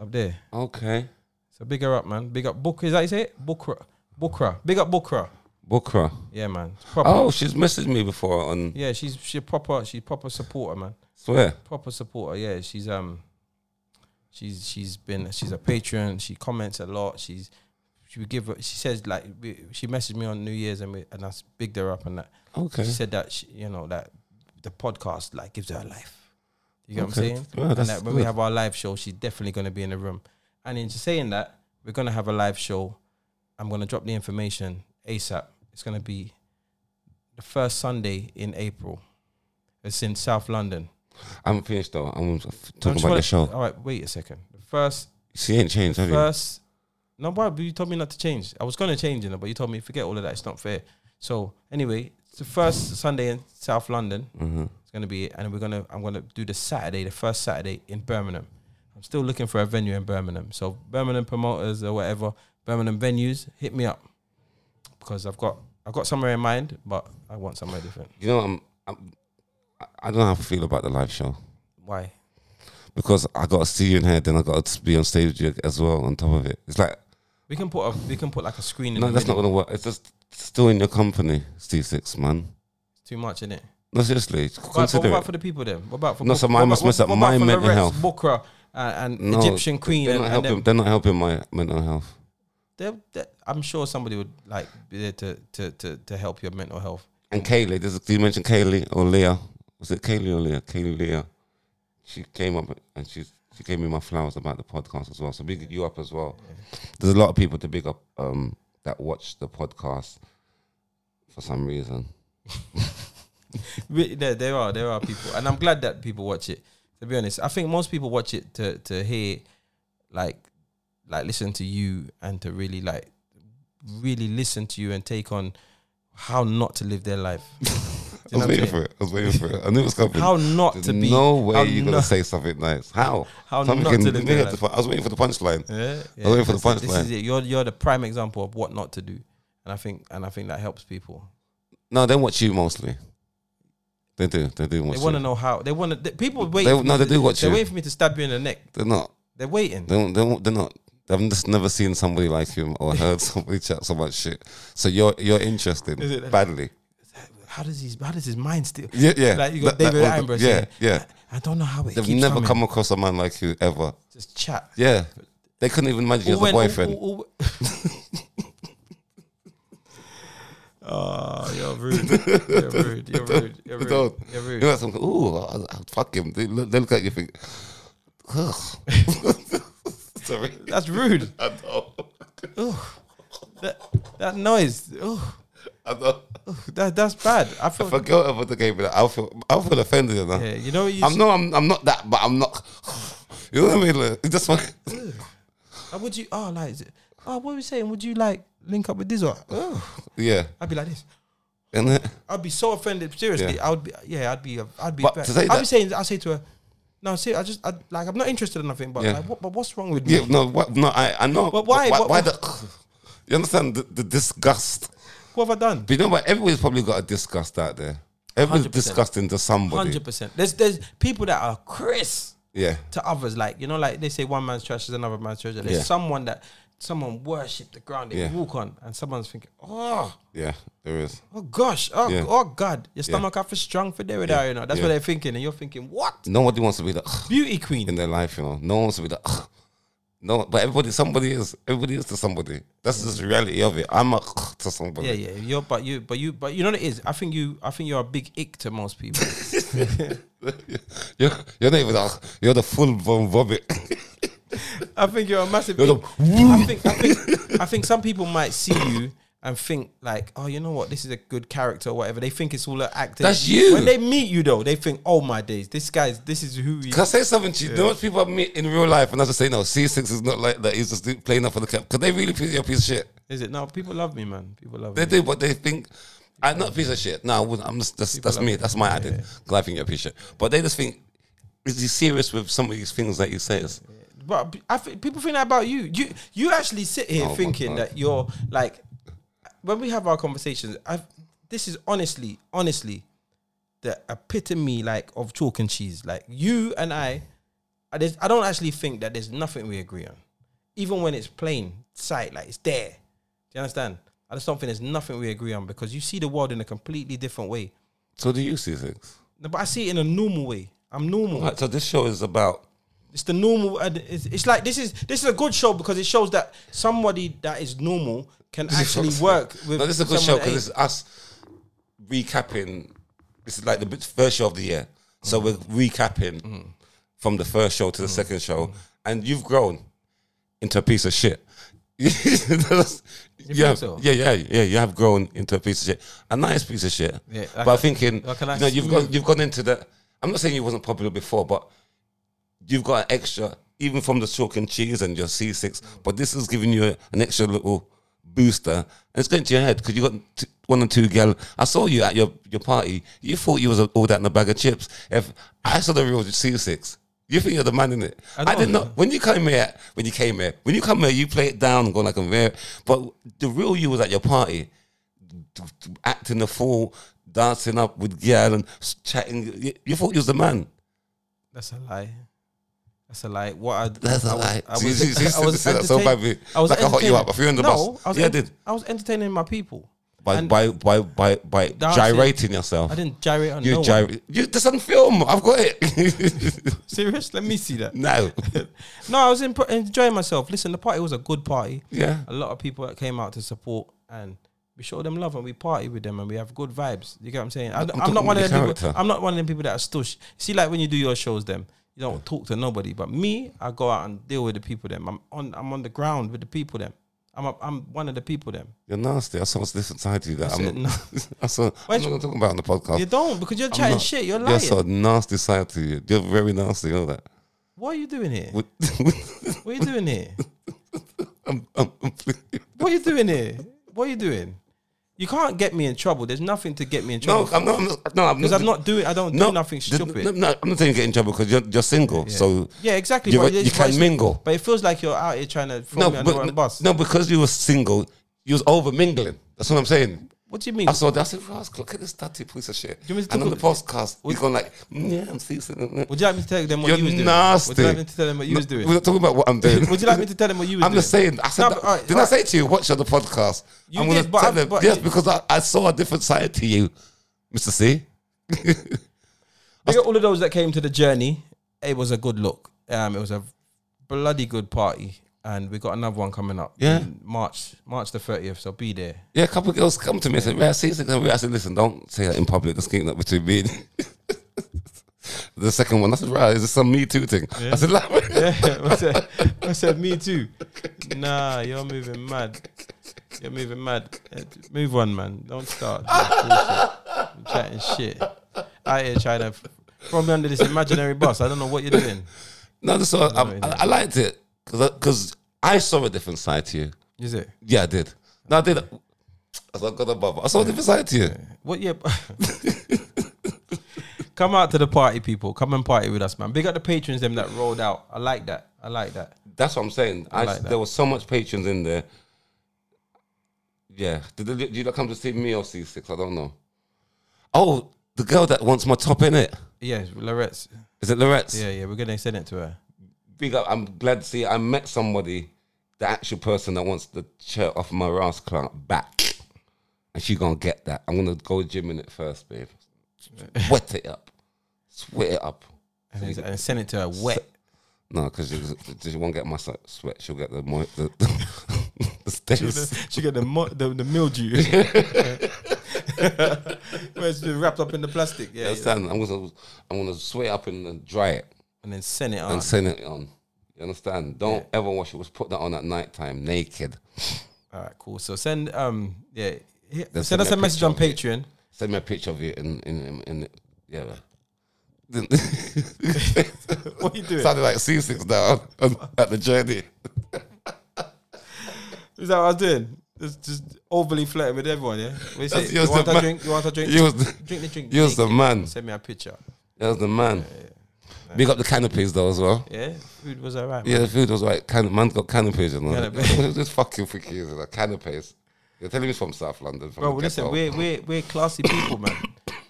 Speaker 1: Up there.
Speaker 2: Okay,
Speaker 1: So big her up, man. Big up Bukra. Is that you say it? Bukra, Bukra. Big up Bukra.
Speaker 2: Bukra.
Speaker 1: Yeah, man. Proper.
Speaker 2: Oh, she's messaged me before on
Speaker 1: Yeah, she's she proper. She's proper supporter, man.
Speaker 2: swear.
Speaker 1: Proper supporter. Yeah, she's um, she's she's been she's a patron. She comments a lot. She's she would give. her- She says like we- she messaged me on New Year's and we, and I s- bigged her up and that.
Speaker 2: Okay.
Speaker 1: She said that she, you know that the podcast like gives her life. You get what I'm
Speaker 2: Okay.
Speaker 1: saying?
Speaker 2: Well,
Speaker 1: and
Speaker 2: that's
Speaker 1: that when we
Speaker 2: good.
Speaker 1: have our live show, she's definitely going to be in the room. And in saying that, we're going to have a live show. I'm going to drop the information ASAP. It's going to be the first Sunday in April. It's in South London.
Speaker 2: I'm finished though. I'm f-
Speaker 1: I'm
Speaker 2: talking
Speaker 1: just
Speaker 2: about
Speaker 1: wanna-
Speaker 2: the show.
Speaker 1: All right, wait a second. The first, Uh,
Speaker 2: She ain't changed, have you?
Speaker 1: first No, bro, but you told me not to change. I was gonna change, you know, but you told me forget all of that. It's not fair. So anyway, it's the first Sunday in South London.
Speaker 2: Mm-hmm.
Speaker 1: It's gonna be, and we're gonna, I'm gonna do the Saturday, the first Saturday in Birmingham. I'm still looking for a venue in Birmingham. So Birmingham promoters or whatever, Birmingham venues, hit me up because I've got, I've got somewhere in mind, but I want somewhere different.
Speaker 2: You know, I'm, I'm, I- I don't know how I feel about the live show
Speaker 1: Why?
Speaker 2: because I got to see you in here, then I got to be on stage with you as well. On top of it, it's like
Speaker 1: We can put a, we can put like a screen. In
Speaker 2: no,
Speaker 1: the
Speaker 2: that's not
Speaker 1: middle.
Speaker 2: gonna work. It's just still in your company, C six man.
Speaker 1: too much, in it.
Speaker 2: No, seriously,
Speaker 1: But what
Speaker 2: consider
Speaker 1: about
Speaker 2: it.
Speaker 1: for the people then? What about for
Speaker 2: No,
Speaker 1: Book-
Speaker 2: so
Speaker 1: what
Speaker 2: mine must
Speaker 1: about-
Speaker 2: mess up
Speaker 1: what
Speaker 2: my
Speaker 1: about for
Speaker 2: mental
Speaker 1: Loretz,
Speaker 2: health.
Speaker 1: Bukra and, and
Speaker 2: No,
Speaker 1: Egyptian Queen
Speaker 2: They're
Speaker 1: and,
Speaker 2: not
Speaker 1: and
Speaker 2: helping.
Speaker 1: them.
Speaker 2: They're not helping my mental health.
Speaker 1: They're- they're- I'm sure somebody would like be there to to to, to help your mental health.
Speaker 2: And Kaylee, this is, did you mention Kaylee or Leah? Was it Kaylee or Leah? Kaylee Leah. She came up and she she gave me my flowers about the podcast as well. So big you up as well. There's a lot of people to big up um, that watch the podcast for some reason.
Speaker 1: Re- There, there are there are people, and I'm glad that people watch it. To be honest, I think most people watch it to to hear, like, like listen to you and to really like, really listen to you and take on how not to live their life. Do
Speaker 2: I
Speaker 1: you know
Speaker 2: was
Speaker 1: what I'm
Speaker 2: waiting
Speaker 1: saying?
Speaker 2: for it. I was waiting for it. I knew it was coming.
Speaker 1: How not
Speaker 2: There's
Speaker 1: to be
Speaker 2: no
Speaker 1: how
Speaker 2: way you're
Speaker 1: not-
Speaker 2: gonna say something nice. How?
Speaker 1: How
Speaker 2: Something
Speaker 1: not to
Speaker 2: you
Speaker 1: live
Speaker 2: knew
Speaker 1: your
Speaker 2: the
Speaker 1: life.
Speaker 2: pu- I was waiting for the punchline.
Speaker 1: Yeah,
Speaker 2: I was waiting for the
Speaker 1: that's it. This
Speaker 2: punchline.
Speaker 1: is it. You're you're the prime example of what not to do, and I think and I think that helps people.
Speaker 2: No, they watch you mostly. They do. They do watch
Speaker 1: They want to
Speaker 2: you.
Speaker 1: know how they want to. People wait.
Speaker 2: They, no, they do watch
Speaker 1: They're
Speaker 2: you.
Speaker 1: waiting for me to stab you in the neck.
Speaker 2: They're not.
Speaker 1: They're waiting.
Speaker 2: They don't, they don't, they're not. I've just never seen somebody like him or heard somebody chat so much shit. So you're you're interested
Speaker 1: Is it-
Speaker 2: badly.
Speaker 1: How does his How does his mind still?
Speaker 2: Yeah, yeah.
Speaker 1: Like you got
Speaker 2: That-
Speaker 1: David
Speaker 2: that one-
Speaker 1: Attenborough.
Speaker 2: yeah,
Speaker 1: saying,
Speaker 2: yeah.
Speaker 1: I, I don't know how it.
Speaker 2: They've
Speaker 1: keeps
Speaker 2: never
Speaker 1: coming.
Speaker 2: come across a man like you ever.
Speaker 1: Just chat.
Speaker 2: Yeah, they couldn't even imagine you as
Speaker 1: All
Speaker 2: a
Speaker 1: when- all-
Speaker 2: boyfriend.
Speaker 1: all- all- Oh, you're rude. You're rude. You're rude. You're
Speaker 2: They
Speaker 1: rude.
Speaker 2: don't.
Speaker 1: You're
Speaker 2: You
Speaker 1: rude.
Speaker 2: know, some, ooh, I'll- I'll fuck him. They look, they look at you, think, ugh. Sorry,
Speaker 1: That's rude.
Speaker 2: I know,
Speaker 1: That, that noise. Oh,
Speaker 2: I know.
Speaker 1: that that's bad. I feel.
Speaker 2: If a girl ever gave me that, I'll feel, I'll feel offended. You know?
Speaker 1: yeah, you know what you.
Speaker 2: I'm no, I'm, I'm not that, but I'm not. You know what I mean? Like, it's just like,
Speaker 1: Uh, Would you? Oh, like, is it- oh, what are we saying? Would you like link up with this or? Oh,
Speaker 2: yeah,
Speaker 1: I'd be like this.
Speaker 2: isn't it?
Speaker 1: I'd be so offended. Seriously,
Speaker 2: Yeah.
Speaker 1: I would be. Yeah, I'd be. I'd be.
Speaker 2: But
Speaker 1: back.
Speaker 2: to say
Speaker 1: I'd
Speaker 2: that-
Speaker 1: be saying. I say to her, no, see, I just I, like I'm not interested in nothing. But
Speaker 2: Yeah.
Speaker 1: like, what, but what's wrong with me?
Speaker 2: Yeah, no, what, no, I, I know.
Speaker 1: But why-
Speaker 2: Why,
Speaker 1: what-
Speaker 2: why the? You understand the, the disgust?
Speaker 1: What have I done?
Speaker 2: But you know what? Everybody's probably got a disgust out there. Everybody's
Speaker 1: 100%.
Speaker 2: disgusting to somebody.
Speaker 1: Hundred percent. There's there's people that are Chris
Speaker 2: Yeah,
Speaker 1: to others. Like you know, like they say one man's trash is another man's treasure. There's
Speaker 2: Yeah.
Speaker 1: someone that someone worship the ground they
Speaker 2: Yeah.
Speaker 1: walk on, and someone's thinking, oh.
Speaker 2: yeah, there is.
Speaker 1: Oh gosh! Oh,
Speaker 2: Yeah.
Speaker 1: oh God! Your stomach half is strong for there, you know. That's what
Speaker 2: Yeah.
Speaker 1: they're thinking, and you're thinking, what?
Speaker 2: Nobody wants to be the
Speaker 1: Beauty queen.
Speaker 2: in their life, you know. No one wants to be the no, but everybody, somebody is. Everybody is to somebody. That's just the reality of it. I'm a to somebody.
Speaker 1: Yeah, yeah. You're but you but you but you know what it is. I think you I think you're a big ick to most people.
Speaker 2: You're, you're not even a, You're the full blown vomit.
Speaker 1: I think you're a massive.
Speaker 2: You're
Speaker 1: ick.
Speaker 2: the-
Speaker 1: I think I think I think some people might see you and think like, oh, you know what? This is a good character or whatever. They think it's all an act.
Speaker 2: That's you.
Speaker 1: When they meet you though, they think, oh my days, this guy's this is who he.
Speaker 2: Can I say something to you? You know what people I meet in real life, and I just say, no, C6 is not like that. He's just playing up for the cap. Because they really think you're a piece of shit.
Speaker 1: Is it? No, people love me, man. People love
Speaker 2: They
Speaker 1: me.
Speaker 2: do, but they think, I'm not a piece of shit. No, I wouldn't. I'm just, that's, that's me. That's my idea. Because I think you're a piece of shit. But they just think, is he serious with some of these things that he says?
Speaker 1: But I think people think that about you. You you actually sit here
Speaker 2: Oh my
Speaker 1: thinking
Speaker 2: God.
Speaker 1: that you're like when we have our conversations. I've this is honestly, honestly, the epitome like of chalk and cheese. Like you and I, I, just- I don't actually think that there's nothing we agree on, even when it's plain sight, like it's there. Do you understand? I just don't think there's nothing we agree on because you see the world in a completely different way.
Speaker 2: So do you, C6?
Speaker 1: No, but I see it in a normal way. I'm normal.
Speaker 2: Right, so this show is about
Speaker 1: It's the normal. and It's, it's like this is this is a good show because it shows that somebody that is normal can actually work with.
Speaker 2: No, this is a good show
Speaker 1: someone that
Speaker 2: because it's us recapping. This is like the bit- first show of the year, so
Speaker 1: Mm.
Speaker 2: we're recapping from the first show to the second
Speaker 1: Mm.
Speaker 2: show, and you've grown into a piece of shit. you have,
Speaker 1: so?
Speaker 2: Yeah, yeah, yeah. You have grown into a piece of shit, a nice piece of shit.
Speaker 1: Yeah, like
Speaker 2: but
Speaker 1: a-
Speaker 2: I'm thinking,
Speaker 1: like a nice
Speaker 2: you know, you've
Speaker 1: smooth-
Speaker 2: gone, you've gone into the. I'm not saying you wasn't popular before, but you've got an extra even from the chalk and cheese and your C6. But this is giving you an extra little booster. And it's going to your head because you got t- one or two gal. I saw you at your, your party. You thought you was all that in a bag of chips. If I saw the real C6. You think you're the man in it?
Speaker 1: I
Speaker 2: I, didn't
Speaker 1: know.
Speaker 2: know when you came here. When you came here, when you come here, you play it down and go like a very. But the real you was at your party acting the fool, dancing up with girl and s- chatting. You, you thought you was the man.
Speaker 1: That's a lie. That's a lie. What I
Speaker 2: That's
Speaker 1: I
Speaker 2: a
Speaker 1: was-
Speaker 2: lie.
Speaker 1: I
Speaker 2: See,
Speaker 1: was-
Speaker 2: see, see,
Speaker 1: I was
Speaker 2: see, that's so bad,
Speaker 1: entertain-
Speaker 2: mate. Like I hot you
Speaker 1: entertaining-
Speaker 2: up. I threw you in the
Speaker 1: no,
Speaker 2: bus.
Speaker 1: I was
Speaker 2: Yeah, I
Speaker 1: en-
Speaker 2: did.
Speaker 1: I was entertaining my people.
Speaker 2: By
Speaker 1: And
Speaker 2: by by by by
Speaker 1: Dancing.
Speaker 2: gyrating yourself.
Speaker 1: I didn't gyrate on
Speaker 2: You
Speaker 1: no one.
Speaker 2: gyrate. You that's on film. I've got it.
Speaker 1: Serious? Let me see that.
Speaker 2: no.
Speaker 1: No, I was in, enjoying myself. Listen, the party was a good party.
Speaker 2: Yeah.
Speaker 1: A lot of people that came out to support and we show them love and we party with them and we have good vibes. You get what I'm saying? I, I'm,
Speaker 2: talking
Speaker 1: not one of
Speaker 2: about
Speaker 1: them
Speaker 2: the
Speaker 1: people.
Speaker 2: character.
Speaker 1: I'm not one of them people that are stush. See, like when you do your shows, them you don't talk to nobody. But me, I go out and deal with the people. Them, I'm on. I'm on the ground with the people. Them, I'm. A, I'm one of the people. Them.
Speaker 2: You're nasty. I saw what's different side to you that
Speaker 1: said
Speaker 2: I'm not, I saw, I'm
Speaker 1: Where's-
Speaker 2: not gonna talk about it on the podcast.
Speaker 1: You don't because you're
Speaker 2: I'm
Speaker 1: chatting
Speaker 2: not.
Speaker 1: shit. You're
Speaker 2: Yeah, I
Speaker 1: lying.
Speaker 2: saw a nasty side to you. You're very nasty, all that.
Speaker 1: What are you doing here?
Speaker 2: What-
Speaker 1: What are you doing here?
Speaker 2: I'm, I'm, I'm,
Speaker 1: What are you doing here? What are you doing? You can't get me in trouble. There's nothing to get me in trouble.
Speaker 2: no, I'm not. I'm not- No, I'm
Speaker 1: Because I'm not doing, I don't do nothing
Speaker 2: th-
Speaker 1: stupid.
Speaker 2: No, no, I'm not saying get in trouble because you're, you're single. So
Speaker 1: yeah, exactly.
Speaker 2: you,
Speaker 1: but it is-
Speaker 2: you
Speaker 1: but
Speaker 2: can
Speaker 1: it's-
Speaker 2: mingle.
Speaker 1: But it feels like you're out here trying to throw
Speaker 2: No,
Speaker 1: me
Speaker 2: but,
Speaker 1: under one bus.
Speaker 2: no, because you were single, you was over mingling. That's what I'm saying.
Speaker 1: What do you mean?
Speaker 2: I saw that. I said, Ross, look at this dirty piece of shit.
Speaker 1: you want me to
Speaker 2: and on the
Speaker 1: talk
Speaker 2: podcast, he's going like, mm, yeah, I'm seeing.
Speaker 1: Would you like me to tell them what
Speaker 2: You're
Speaker 1: you was doing? Would
Speaker 2: nasty.
Speaker 1: you like me to tell them what you was doing?
Speaker 2: We're not talking about what I'm doing.
Speaker 1: Would you like me to tell them what you was
Speaker 2: I'm
Speaker 1: doing?
Speaker 2: just saying. I said,
Speaker 1: No,
Speaker 2: that-
Speaker 1: but alright,
Speaker 2: did I
Speaker 1: alright.
Speaker 2: say to you, watch on the podcast?
Speaker 1: You
Speaker 2: gonna
Speaker 1: did, but
Speaker 2: tell
Speaker 1: I'm-
Speaker 2: them-
Speaker 1: but
Speaker 2: yes,
Speaker 1: you-
Speaker 2: because I, I saw a different side to you, Mr. C.
Speaker 1: Big up all of those that came to the journey. It was a good look. Um, it was a bloody good party, and we got another one coming up.
Speaker 2: Yeah.
Speaker 1: in March, March the thirtieth. So be there.
Speaker 2: Yeah, a couple of girls come to me and said, "Rare C six I said, "Listen, don't say that in public. That's keeping up between me." And you." the second one, I said, "Right, is this some Me Too thing?" I said, like,
Speaker 1: I said, I said, me too. Nah, you're moving mad. You're moving mad. Eh, Move on, man. Don't start. Bullshit. You're chatting shit. Out here trying to from me under this imaginary bus. I don't know what you're doing.
Speaker 2: "No, this one, I,
Speaker 1: you
Speaker 2: I, I liked it because I, saw a different side to you."
Speaker 1: Is it?
Speaker 2: Yeah, I did. No, I did. I said, "God above." I saw a different side to you.
Speaker 1: What? Yeah. Come out to the party, people. Come and party with us, man. Big up the patrons, them that rolled out. I like that. I like that.
Speaker 2: That's what I'm saying. I,
Speaker 1: like that.
Speaker 2: there was so much patrons in there. Yeah, did, they- did you not come to see me or C six? I don't know. Oh, the girl that wants my top in it.
Speaker 1: Yeah, Lorette's.
Speaker 2: Is it Lorette?
Speaker 1: Yeah, yeah. We're gonna send it to her.
Speaker 2: big up. I'm glad to see I met somebody, the actual person that wants the shirt off my ass clout back. And she gonna get that. I'm gonna go gym in it first, babe. Sweat it up. Sweat it up.
Speaker 1: And, then- and send it to her wet.
Speaker 2: No, because she, she won't get my s- sweat. She'll get the mo- the, the, the stains.
Speaker 1: she got the mo- the, the mildew. Where it's been wrapped up in the plastic, yeah, yeah.
Speaker 2: Understand? I'm gonna I'm gonna sweat it up and, and dry it
Speaker 1: and then send it on.
Speaker 2: and send it on. You understand? Don't ever wash it. Was put that on at night time naked.
Speaker 1: All right, cool. So send um yeah, yeah,
Speaker 2: send
Speaker 1: send us
Speaker 2: me
Speaker 1: a
Speaker 2: a
Speaker 1: message
Speaker 2: picture
Speaker 1: on
Speaker 2: of it.
Speaker 1: Patreon.
Speaker 2: Send me a picture of you in in in, in yeah. man.
Speaker 1: What are you doing?
Speaker 2: Sounded like seasick now on, on, at the journey.
Speaker 1: Is that what I was doing? Just, just overly flirting with everyone, yeah. What you say?
Speaker 2: That's-
Speaker 1: You
Speaker 2: you're
Speaker 1: want
Speaker 2: the
Speaker 1: a
Speaker 2: man.
Speaker 1: drink? You want a drink?
Speaker 2: You was the,
Speaker 1: drink the drink.
Speaker 2: you was the
Speaker 1: Drink.
Speaker 2: man.
Speaker 1: Send me a picture.
Speaker 2: You was the man. Big up the canopies though as well.
Speaker 1: Yeah, food was alright. man.
Speaker 2: Yeah, the food was like can, man's got canopies and all. that.
Speaker 1: Canapes.
Speaker 2: What is this fucking freaky is like canopies? You're telling me it's from South London. From
Speaker 1: Bro,
Speaker 2: the
Speaker 1: well, listen,
Speaker 2: ghetto.
Speaker 1: we're we're we're classy people, man.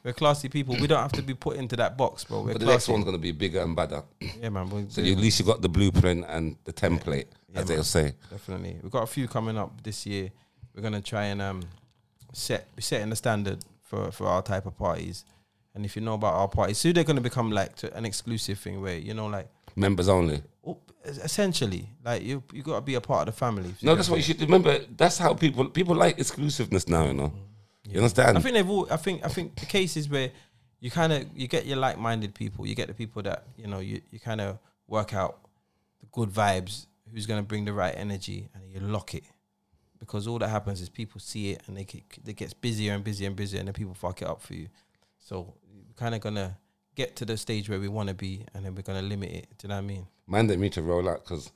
Speaker 1: We're classy people. We don't have to be put into that box, bro. We're
Speaker 2: but the next
Speaker 1: classy.
Speaker 2: one's gonna be bigger and better.
Speaker 1: Yeah, man. We're,
Speaker 2: So you, at least you got the blueprint and the template, as they'll say.
Speaker 1: Definitely, we've got a few coming up this year. We're gonna try and um, set be setting the standard for for our type of parties. And if you know about our parties, soon they're gonna become like to an exclusive thing where you know, like
Speaker 2: Members only.
Speaker 1: oh, es- essentially, like you you gotta be a part of the family.
Speaker 2: No, that's what you should remember. That's how people people like exclusiveness now. You know. You understand?
Speaker 1: Mm. I think they've all. I think I think the cases where you kind of you get your like minded people. You get the people that you know you you kind of work out the good vibes. Who's gonna bring the right energy, and you lock it. Because all that happens is people see it and they get, it gets busier and busier and busier, and then people fuck it up for you. So you're kind of gonna get to the stage where we want to be, and then we're gonna limit it. Do you know what I mean?
Speaker 2: Mandate me to roll out because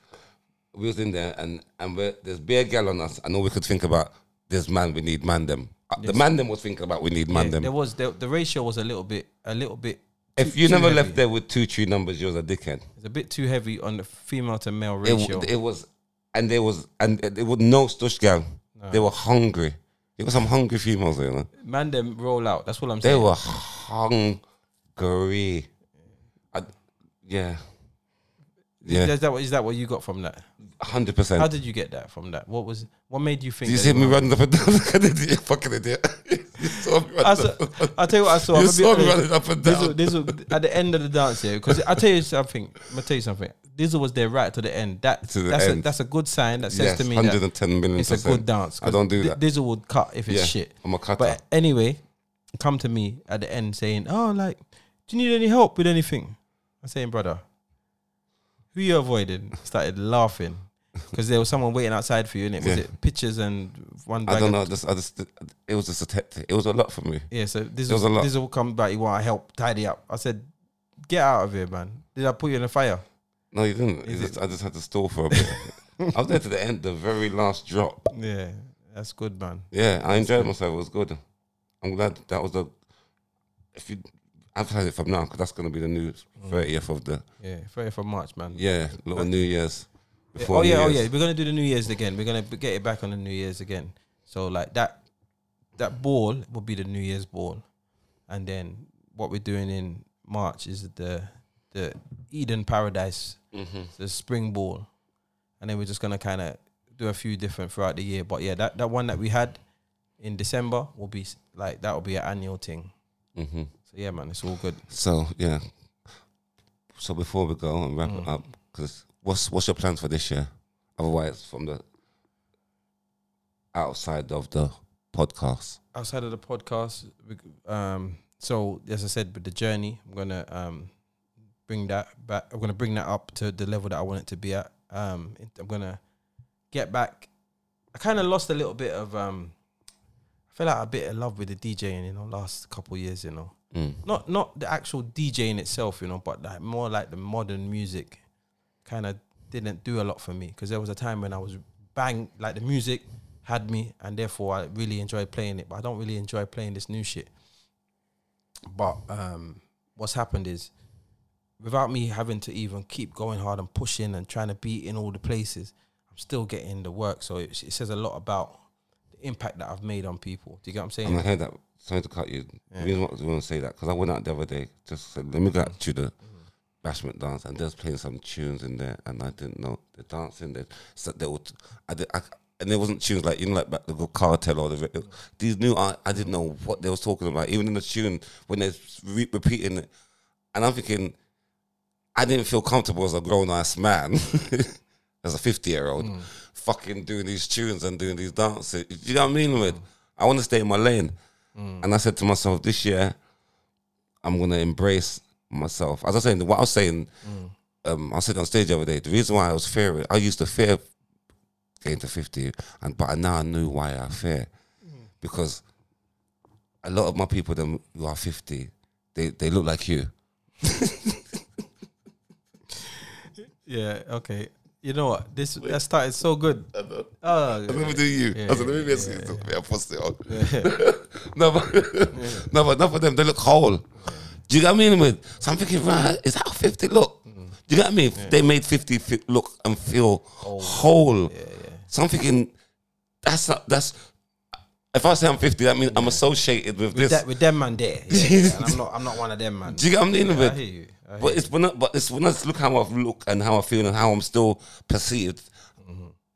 Speaker 2: we was in there and and we're, there's beer gal on us and all we could think about there's man we need man them. Uh, The man them was thinking about we need man
Speaker 1: Yeah,
Speaker 2: them.
Speaker 1: there was the, the ratio was a little bit, a little bit.
Speaker 2: if
Speaker 1: too-
Speaker 2: you
Speaker 1: too
Speaker 2: never
Speaker 1: heavy.
Speaker 2: left there with two true numbers, you was a dickhead.
Speaker 1: it's a bit too heavy on the female to male
Speaker 2: It,
Speaker 1: ratio.
Speaker 2: w- it was and there was and it was no stush gang. They were hungry. It was some hungry females, you know.
Speaker 1: Man, them roll out. That's what I'm
Speaker 2: They
Speaker 1: saying.
Speaker 2: were hungry. I, yeah. Yeah,
Speaker 1: Is that what is that what you got from that?
Speaker 2: hundred
Speaker 1: How
Speaker 2: percent.
Speaker 1: did you get that from that? What was what made you think?
Speaker 2: You
Speaker 1: that
Speaker 2: see
Speaker 1: you
Speaker 2: me
Speaker 1: were-
Speaker 2: running up and down like an idiot, fucking idiot. you saw me running
Speaker 1: I saw,
Speaker 2: up and down.
Speaker 1: I'll tell you what I saw. I'm
Speaker 2: You
Speaker 1: a bit
Speaker 2: saw me
Speaker 1: honest.
Speaker 2: running up and
Speaker 1: Dizzle,
Speaker 2: down.
Speaker 1: Dizzle, at the end of the dance, yeah, because I tell you something. I tell you something. Dizzle was there right to the end. That
Speaker 2: To the
Speaker 1: that's a
Speaker 2: end.
Speaker 1: that's a good sign that says
Speaker 2: Yes,
Speaker 1: to me
Speaker 2: hundred and
Speaker 1: that
Speaker 2: ten million.
Speaker 1: it's a
Speaker 2: percent.
Speaker 1: good dance.
Speaker 2: I don't do
Speaker 1: Di-
Speaker 2: that.
Speaker 1: Dizzle would cut if it's
Speaker 2: Yeah,
Speaker 1: shit.
Speaker 2: I'm a cutter.
Speaker 1: But anyway, come to me at the end saying, "Oh, like, do you need any help with anything?" I'm saying, "Brother, who you avoiding?" Started laughing because there was someone waiting outside for you, and it was
Speaker 2: Yeah.
Speaker 1: it pictures and one. Bag
Speaker 2: I don't
Speaker 1: of-
Speaker 2: know. I just, I just, it was just a tactic. It was a lot for me.
Speaker 1: yeah, so this
Speaker 2: There
Speaker 1: was
Speaker 2: was a lot.
Speaker 1: this will come back. You want help? Tidy up. I said, get out of here, man. Did I put you in the fire?
Speaker 2: No, you didn't. You just, I just had to stall for a bit. I was there to the end, the very last drop.
Speaker 1: Yeah, that's good, man.
Speaker 2: Yeah, I enjoyed myself. It was good. I'm glad that was the. If you advertise it from now, because that's going to be the new
Speaker 1: Mm.
Speaker 2: thirtieth of the
Speaker 1: Yeah, fair for March, man.
Speaker 2: yeah little New Year's.
Speaker 1: Yeah,
Speaker 2: Before
Speaker 1: Oh yeah,
Speaker 2: New
Speaker 1: oh
Speaker 2: Year's.
Speaker 1: yeah. We're gonna do the New Year's again. We're gonna b- get it back on the New Year's again. So like that, that ball will be the New Year's ball, and then what we're doing in March is the the Eden Paradise, the spring ball, and then we're just gonna kind of do a few different throughout the year. But yeah, that that one that we had in December will be s- like that will be an annual thing.
Speaker 2: Mm-hmm.
Speaker 1: So yeah, man, it's all good.
Speaker 2: So yeah. So before we go and wrap
Speaker 1: Mm.
Speaker 2: it up, because what's what's your plans for this year? Otherwise, from the outside of the podcast,
Speaker 1: outside of the podcast, we c- um, so as I said, with the journey, I'm gonna um, bring that back. I'm gonna bring that up to the level that I want it to be at. Um, it- I'm gonna get back. I kind of lost a little bit of. Um, I feel like a bit of love with the DJing, you know, last couple years, you know.
Speaker 2: Mm.
Speaker 1: Not not the actual DJing itself, you know, but like more like the modern music kind of didn't do a lot for me because there was a time when I was bang like the music had me and therefore I really enjoyed playing it but I don't really enjoy playing this new shit but um what's happened is without me having to even keep going hard and pushing and trying to be in all the places I'm still getting the work so it, it says a lot about the impact that I've made on people do you get what I'm saying
Speaker 2: and I heard that. Sorry to cut you. The reason why I want to say that because I went out the other day. Just said, let me go out to the bashment dance, and they was playing some tunes in there, and I didn't know the dancing. They so they would, I did, I, and there wasn't tunes like you know like back the good cartel or the these new. I, I didn't know what they was talking about, even in the tune when they're re- repeating it, and I'm thinking. I didn't feel comfortable as a grown ass man, as a 50 year old, fucking doing these tunes and doing these dances. You know what I mean? With I want to stay in my lane. And I said to myself, this year, I'm going to embrace myself. As I was saying, what I was saying, um, I said on stage the other day, the reason why I was fearing, I used to fear getting to 50, and but now I knew why I fear. Because a lot of my people them who are 50, they, they look like you.
Speaker 1: yeah okay you know what this that started so good oh
Speaker 2: Let me do you. Uh, I said, let me message you. I'll post it on. no, oh. but, no, but enough of them, they look whole. Do you get what I mean? With? So I'm thinking, right, is that how 50 look? Do you get what I mean? They made 50 fi- look and feel whole. So I'm thinking, that's not, that's, if I say I'm 50, that means I'm associated with this.
Speaker 1: that with them man there. Yeah, yeah, and I'm not I'm not one of them man.
Speaker 2: Do you get what I'm dealing
Speaker 1: I
Speaker 2: with?
Speaker 1: hear you. I hear
Speaker 2: But it's when I, but it's when I look how I've looked and how I feel and how I'm still perceived.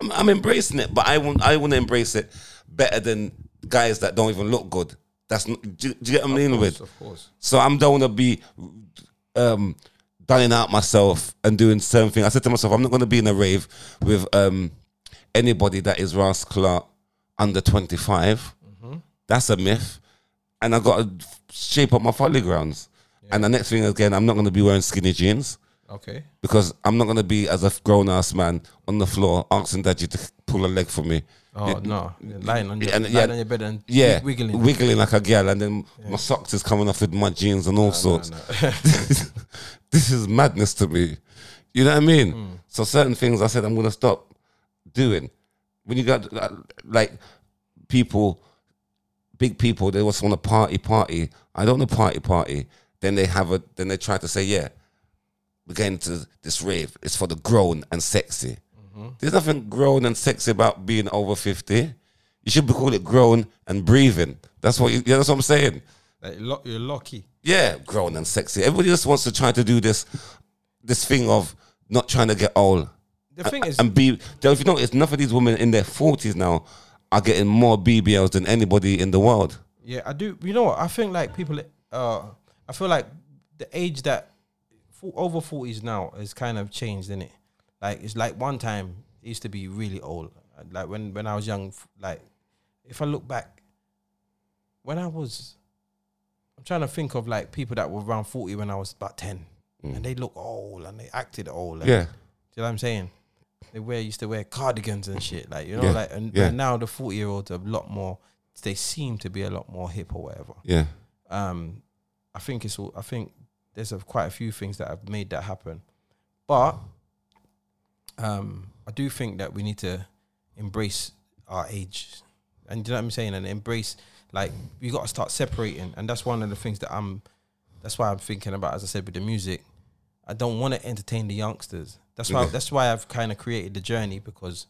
Speaker 2: I'm, I'm embracing it, but I want I want to embrace it better than guys that don't even look good. That's n- do, do you get what I'm dealing
Speaker 1: you.
Speaker 2: with?
Speaker 1: Of course.
Speaker 2: So I'm don't want to be um dunning out myself and doing certain things. I said to myself, I'm not going to be in a rave with um anybody that is Ras Clark under 25. That's a myth. And I got to shape up my folly grounds. And the next thing again, I'm not going to be wearing skinny jeans.
Speaker 1: Okay.
Speaker 2: because I'm not going to be as a grown ass man on the floor asking daddy to pull a leg for me.
Speaker 1: Oh no, You're lying on your,
Speaker 2: and-
Speaker 1: lying
Speaker 2: yeah.
Speaker 1: on your bed and
Speaker 2: Yeah,
Speaker 1: wi- wiggling.
Speaker 2: wiggling like a girl, and then my socks is coming off with my jeans and all sorts. this is madness to me. You know what I mean? So certain things I said I'm gonna stop doing. When you got uh, like people, big people, they just want to party, party. I don't want to party, party. Then they have a, then they try to say, yeah, we're going to this rave. It's for the grown and sexy. There's nothing grown and sexy about being over fifty. You should be called it grown and breathing. That's what you, yeah, that's what I'm saying.
Speaker 1: Like, lo- you're lucky.
Speaker 2: Yeah, grown and sexy. Everybody just wants to try to do this, this thing of not trying to get old
Speaker 1: The thing is,
Speaker 2: and be. though If you notice, enough of these women in their forties now are getting more BBLs than anybody in the world.
Speaker 1: Yeah, I do. You know what? I think like people. Uh, I feel like the age that for, over forties now is kind of changed, is it? Like it's like one time it used to be really old. Like when when I was young, f- like if I look back, when I was, I'm trying to think of like people that were around forty when I was about ten, and they look old and they acted old. and-
Speaker 2: Yeah.
Speaker 1: do you know what I'm saying? They wear used to wear cardigans and shit, like you know,
Speaker 2: Yeah,
Speaker 1: like and
Speaker 2: yeah.
Speaker 1: but now the forty year olds are a lot more. They seem to be a lot more hip or whatever.
Speaker 2: Yeah,
Speaker 1: Um, I think it's all. I think there's a, quite a few things that have made that happen, but um, I do think that we need to embrace our age, and do you know what I'm saying, and embrace like you got to start separating, and that's one of the things that I'm. That's why I'm thinking about, as I said, with the music. I don't want to entertain the youngsters. That's why.
Speaker 2: Yeah.
Speaker 1: That's why I've kind of created the journey because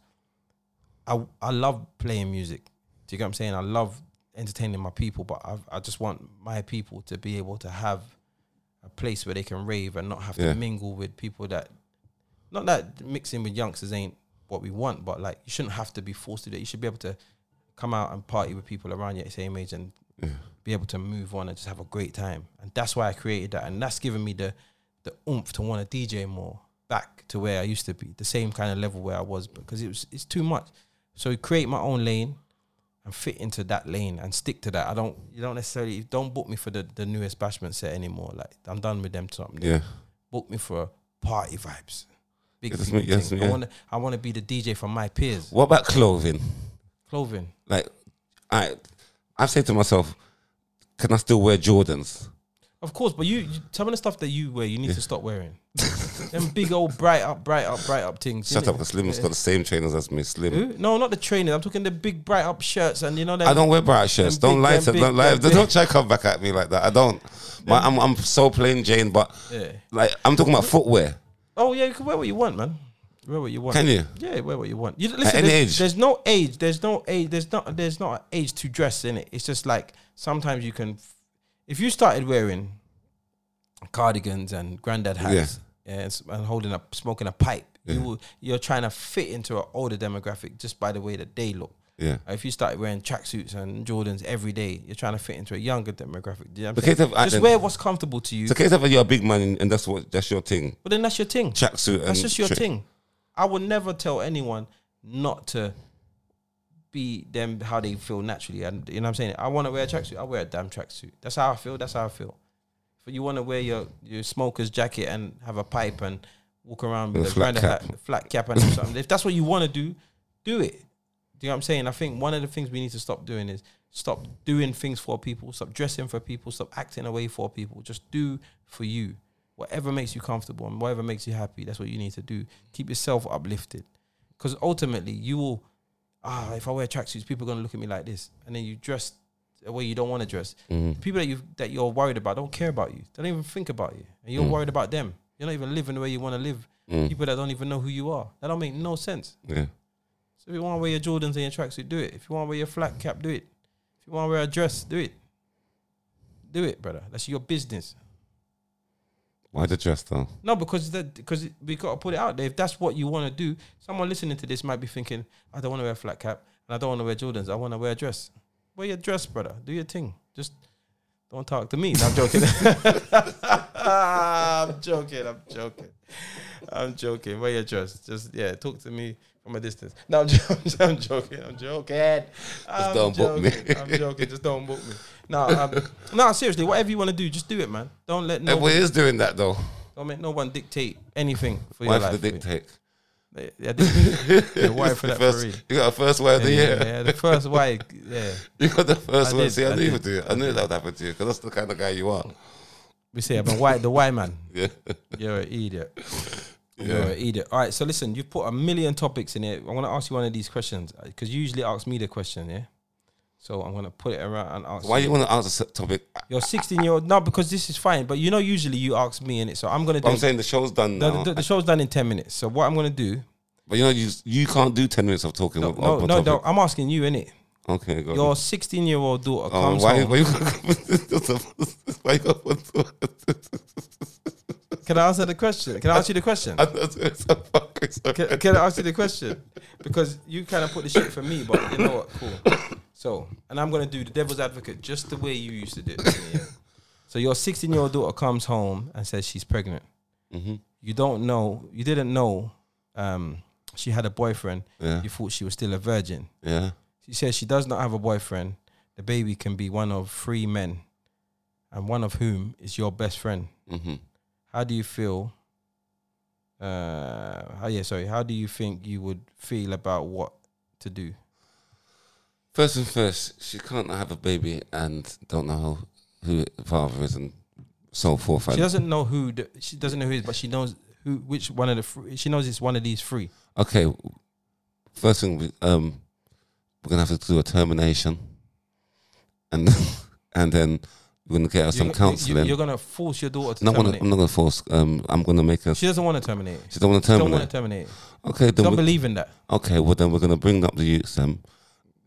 Speaker 1: I I love playing music. Do you get what I'm saying? I love entertaining my people, but I I just want my people to be able to have a place where they can rave and not have
Speaker 2: Yeah.
Speaker 1: to mingle with people that. Not that mixing with youngsters ain't what we want, but like you shouldn't have to be forced to do it. You should be able to come out and party with people around your same age and be able to move on and just have a great time. And that's why I created that. And that's given me the the oomph to want to DJ more back to where I used to be, the same kind of level where I was because it was it's too much. So create my own lane and fit into that lane and stick to that. I don't you don't necessarily don't book me for the, the newest bashment set anymore. Like I'm done with them something.
Speaker 2: yeah,
Speaker 1: Book me for party vibes. Big
Speaker 2: Yeah, that's
Speaker 1: people
Speaker 2: me- yes,
Speaker 1: thing. I
Speaker 2: yeah.
Speaker 1: wanna I wanna be the DJ for my peers.
Speaker 2: What about clothing?
Speaker 1: Clothing.
Speaker 2: Like, I, I say to myself, can I still wear Jordans?
Speaker 1: Of course, but you, you some of the stuff that you wear, you need to stop wearing. Them big old bright up, bright up, bright up things.
Speaker 2: Shut
Speaker 1: innit?
Speaker 2: up, because Slim's got the same trainers as me. Slim,
Speaker 1: Who? No, not the trainers. I'm talking the big bright up shirts, and you know that.
Speaker 2: I don't wear bright shirts.
Speaker 1: Them
Speaker 2: Don't
Speaker 1: big-
Speaker 2: lie
Speaker 1: them
Speaker 2: to
Speaker 1: big-
Speaker 2: don't lie.
Speaker 1: them big-
Speaker 2: Don't try to come back at me like that. I don't. My, I'm I'm so plain Jane, but
Speaker 1: Yeah.
Speaker 2: like I'm talking about footwear.
Speaker 1: Oh yeah, you can wear what you want, man. Wear what you want.
Speaker 2: Can you?
Speaker 1: Yeah, wear what you want. You, listen,
Speaker 2: any
Speaker 1: there's,
Speaker 2: age?
Speaker 1: there's no age. There's no age. There's not. There's not an age to dress in it. It's just like sometimes you can. If you started wearing cardigans and granddad hats and, s- and holding up, smoking a pipe, you will, you're trying to fit into an older demographic just by the way that they look.
Speaker 2: Yeah.
Speaker 1: If you started wearing tracksuits and Jordans every day, you're trying to fit into a younger demographic. Do you know what I'm
Speaker 2: Okay,
Speaker 1: saying?
Speaker 2: so I
Speaker 1: Just
Speaker 2: don't-
Speaker 1: wear what's comfortable to you.
Speaker 2: It's okay if uh, you're a big man and that's what that's your thing.
Speaker 1: But then that's your thing.
Speaker 2: Tracksuit and
Speaker 1: That's just your
Speaker 2: tra-
Speaker 1: thing. I would never tell anyone not to be them how they feel naturally. And you know what I'm saying? I want to wear a tracksuit. I wear a damn tracksuit. That's how I feel. That's how I feel. But you want to wear your, your smoker's jacket and have a pipe and walk around with
Speaker 2: With
Speaker 1: a
Speaker 2: a flat
Speaker 1: branded
Speaker 2: cap.
Speaker 1: hat, a flat cap and something. If that's what you want to do, do it. Do you know what I'm saying? I think one of the things we need to stop doing is stop doing things for people, stop dressing for people, stop acting away for people. Just do for you. Whatever makes you comfortable and whatever makes you happy, that's what you need to do. Keep yourself uplifted. Because ultimately, you will, ah, if I wear tracksuits, people are going to look at me like this. And then you dress the way you don't want to dress.
Speaker 2: Mm-hmm.
Speaker 1: People that, you that you're worried about don't care about you. They don't even think about you. And you're worried about them. You're not even living the way you want to live.
Speaker 2: Mm.
Speaker 1: People that don't even know who you are. That don't make no sense.
Speaker 2: Mm-hmm. Yeah.
Speaker 1: So if you want to wear your Jordans and your tracksuit, do it. If you want to wear your flat cap, do it. If you want to wear a dress, do it. Do it, brother. That's your business.
Speaker 2: Why the dress though?
Speaker 1: No, because that because we gotta put it out there. If that's what you want to do, someone listening to this might be thinking, I don't want to wear a flat cap and I don't want to wear Jordans. I want to wear a dress. Wear your dress, brother. Do your thing. Just don't talk to me. No, I'm joking. I'm joking. I'm joking. I'm joking. Wear your dress. Just yeah, talk to me from a distance. No, I'm, jo- I'm joking. I'm joking. I'm
Speaker 2: don't book me.
Speaker 1: joking. I'm joking. Just don't book me. No, um, no. Seriously, whatever you want to do, just do it, man. Don't let no.
Speaker 2: Everybody is doing that though.
Speaker 1: Don't make no one dictate anything for your
Speaker 2: Wife
Speaker 1: life. eh?
Speaker 2: of the dictate.
Speaker 1: Yeah, yeah, this- yeah, wife for
Speaker 2: The
Speaker 1: that
Speaker 2: first,
Speaker 1: parade.
Speaker 2: you got a first wife of the year.
Speaker 1: yeah, yeah, the first wife. Yeah,
Speaker 2: You got the first
Speaker 1: I
Speaker 2: one.
Speaker 1: did,
Speaker 2: See, I,
Speaker 1: I
Speaker 2: knew
Speaker 1: did.
Speaker 2: you would do it. I knew that would happen to you because that's the kind of guy you are.
Speaker 1: we say about white, the white man.
Speaker 2: Yeah.
Speaker 1: You're an idiot. You're an idiot. All right, so listen, you've put a million topics in here. I want to ask you one of these questions because you usually ask me the question, yeah. So I'm gonna put it around and ask.
Speaker 2: Why you want to answer s- topic?
Speaker 1: You're 16 year old. No, because this is fine. But you know, usually you ask me in it, so I'm gonna do.
Speaker 2: I'm saying the show's done
Speaker 1: the,
Speaker 2: now,
Speaker 1: the- the show's done in 10 minutes. So what I'm gonna do?
Speaker 2: but you know you you can't do ten minutes of talking.
Speaker 1: No,
Speaker 2: with-
Speaker 1: no,
Speaker 2: on
Speaker 1: no,
Speaker 2: topic.
Speaker 1: no, I'm asking you in it.
Speaker 2: Okay, go.
Speaker 1: Your
Speaker 2: on.
Speaker 1: 16 year old daughter
Speaker 2: Oh,
Speaker 1: comes
Speaker 2: why,
Speaker 1: home.
Speaker 2: why you why you got one to-
Speaker 1: Can I answer the question? Can I ask you the question?
Speaker 2: I don't know, it's a fuck, it's a-
Speaker 1: Can, can I ask you the question? Because you kind of put the shit for me, but you know what? Cool. So, and I'm gonna do the devil's advocate just the way you used to do it. to me, yeah? So your 16 year old daughter comes home and says she's pregnant.
Speaker 2: Mm-hmm.
Speaker 1: You don't know. You didn't know. Um, she had a boyfriend.
Speaker 2: Yeah.
Speaker 1: You thought she was still a virgin.
Speaker 2: Yeah.
Speaker 1: She says she does not have a boyfriend. The baby can be one of three men, and one of whom is your best friend.
Speaker 2: Mm-hmm.
Speaker 1: How do you feel? Uh, how, yeah, sorry. How do you think you would feel about what to do?
Speaker 2: First and first, she can't have a baby and don't know who the father is and so forth.
Speaker 1: She
Speaker 2: And
Speaker 1: doesn't know who. The, she doesn't know who it is, but she knows who. Which one of the? Three, she knows it's one of these three.
Speaker 2: okay, first thing we, um, we're gonna have to do a termination, and and then we're gonna get her some
Speaker 1: You're-
Speaker 2: counselling.
Speaker 1: You, are gonna force your daughter to
Speaker 2: No, I'm, gonna,
Speaker 1: terminate.
Speaker 2: I'm not gonna force. Um, I'm gonna make her. She,
Speaker 1: she doesn't want to terminate. She
Speaker 2: don't want to
Speaker 1: don't
Speaker 2: terminate.
Speaker 1: want to terminate.
Speaker 2: okay, then.
Speaker 1: Don't
Speaker 2: we-
Speaker 1: believe in that.
Speaker 2: okay, well then we're gonna bring up the youths. Um,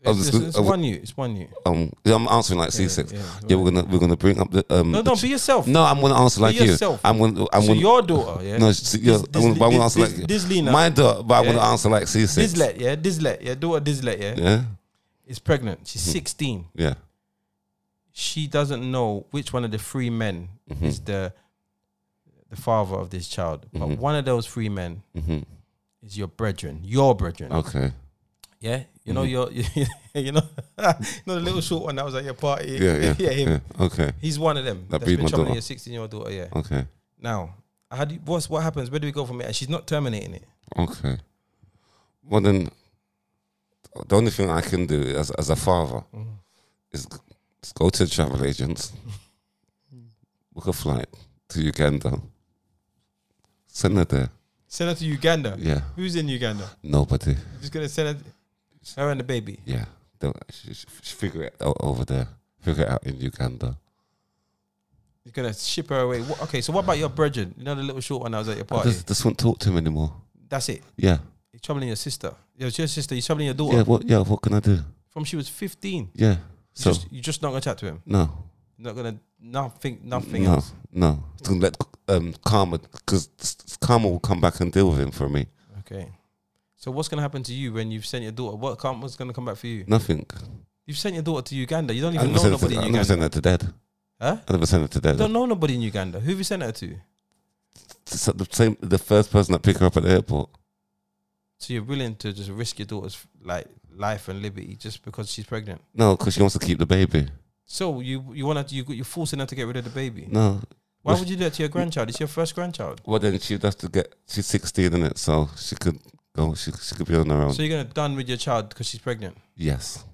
Speaker 2: I was
Speaker 1: It's,
Speaker 2: just gonna-
Speaker 1: it's
Speaker 2: I was-
Speaker 1: one you. It's one you.
Speaker 2: um, yeah, I'm answering like
Speaker 1: Yeah,
Speaker 2: C oh, six. Yeah,
Speaker 1: yeah.
Speaker 2: we're gonna we're gonna bring up the um.
Speaker 1: No,
Speaker 2: the
Speaker 1: don't
Speaker 2: ch-
Speaker 1: be yourself.
Speaker 2: No, I'm gonna answer like you.
Speaker 1: yourself.
Speaker 2: I'm gonna. I'm
Speaker 1: so
Speaker 2: gonna.
Speaker 1: your daughter, yeah.
Speaker 2: No, she, yeah,
Speaker 1: Dis-
Speaker 2: I'm gonna, but I'm
Speaker 1: Dis-
Speaker 2: gonna answer
Speaker 1: Dis-
Speaker 2: like
Speaker 1: Dislina.
Speaker 2: My daughter, but I'm gonna
Speaker 1: Yeah.
Speaker 2: answer like C six.
Speaker 1: Dislet, yeah, Dislet, yeah, daughter Dislet, yeah,
Speaker 2: Yeah,
Speaker 1: is pregnant. She's
Speaker 2: Mm-hmm.
Speaker 1: 16.
Speaker 2: yeah.
Speaker 1: She doesn't know which one of the three men
Speaker 2: Mm-hmm.
Speaker 1: is the the father of this child, but one of those three men
Speaker 2: Mm-hmm.
Speaker 1: is your brethren, your brethren.
Speaker 2: Okay. Mm-hmm.
Speaker 1: Yeah, you know your, you know, you know the little short one that was at your party.
Speaker 2: Yeah, yeah, yeah.
Speaker 1: him.
Speaker 2: Okay.
Speaker 1: He's one of them.
Speaker 2: That'd
Speaker 1: that's
Speaker 2: be
Speaker 1: been
Speaker 2: my
Speaker 1: troubling
Speaker 2: daughter.
Speaker 1: your 16 year old daughter. Yeah.
Speaker 2: Okay.
Speaker 1: Now, how do you, what's what happens? Where do we go from here? And she's not terminating it.
Speaker 2: Okay. Well, then, the only thing I can do as as a father is, g- is go to travel agents, book a flight to Uganda, send her there.
Speaker 1: Send her to Uganda.
Speaker 2: Yeah.
Speaker 1: Who's in Uganda?
Speaker 2: Nobody.
Speaker 1: You're just gonna send her, her and the baby.
Speaker 2: Yeah. Don't, sh- sh- sh- figure it out over there. Figure it out in Uganda.
Speaker 1: You're gonna ship her away. What, okay, so what about your brethren? You know the little short one that was at your
Speaker 2: I
Speaker 1: party.
Speaker 2: just, just won't talk to him anymore.
Speaker 1: That's it.
Speaker 2: Yeah.
Speaker 1: You're troubling your sister. Your your sister. You're troubling your daughter
Speaker 2: Yeah. What? Yeah. What can I do?
Speaker 1: from she was 15. You
Speaker 2: Yeah. So
Speaker 1: just, you're just not gonna chat to him.
Speaker 2: no.
Speaker 1: You're not gonna nothing. Nothing
Speaker 2: no,
Speaker 1: else.
Speaker 2: No, to let um, karma because karma will come back and deal with him for me.
Speaker 1: Okay. So what's gonna happen to you when you've sent your daughter? What come, what's gonna come back for you?
Speaker 2: Nothing.
Speaker 1: You've sent your daughter to Uganda. You don't
Speaker 2: I
Speaker 1: even
Speaker 2: never
Speaker 1: know
Speaker 2: sent her
Speaker 1: nobody
Speaker 2: to,
Speaker 1: in
Speaker 2: I never
Speaker 1: Uganda.
Speaker 2: sent her to dead.
Speaker 1: Huh?
Speaker 2: I never sent her to
Speaker 1: You
Speaker 2: dead.
Speaker 1: don't know nobody in Uganda. Who have you sent her to?
Speaker 2: It's the same. The first person that picked her up at the airport.
Speaker 1: So you're willing to just risk your daughter's like life and liberty just because she's pregnant.
Speaker 2: No, because she wants to keep the baby.
Speaker 1: So you you want to you you're forcing her to get rid of the baby.
Speaker 2: No.
Speaker 1: Why
Speaker 2: Well,
Speaker 1: would you do that to your grandchild? It's your first grandchild.
Speaker 2: Well, then she'd have to get. She's sixteen in it, so she could go. She, she could be on her own.
Speaker 1: So you're gonna done with your child because she's pregnant.
Speaker 2: yes.
Speaker 1: Is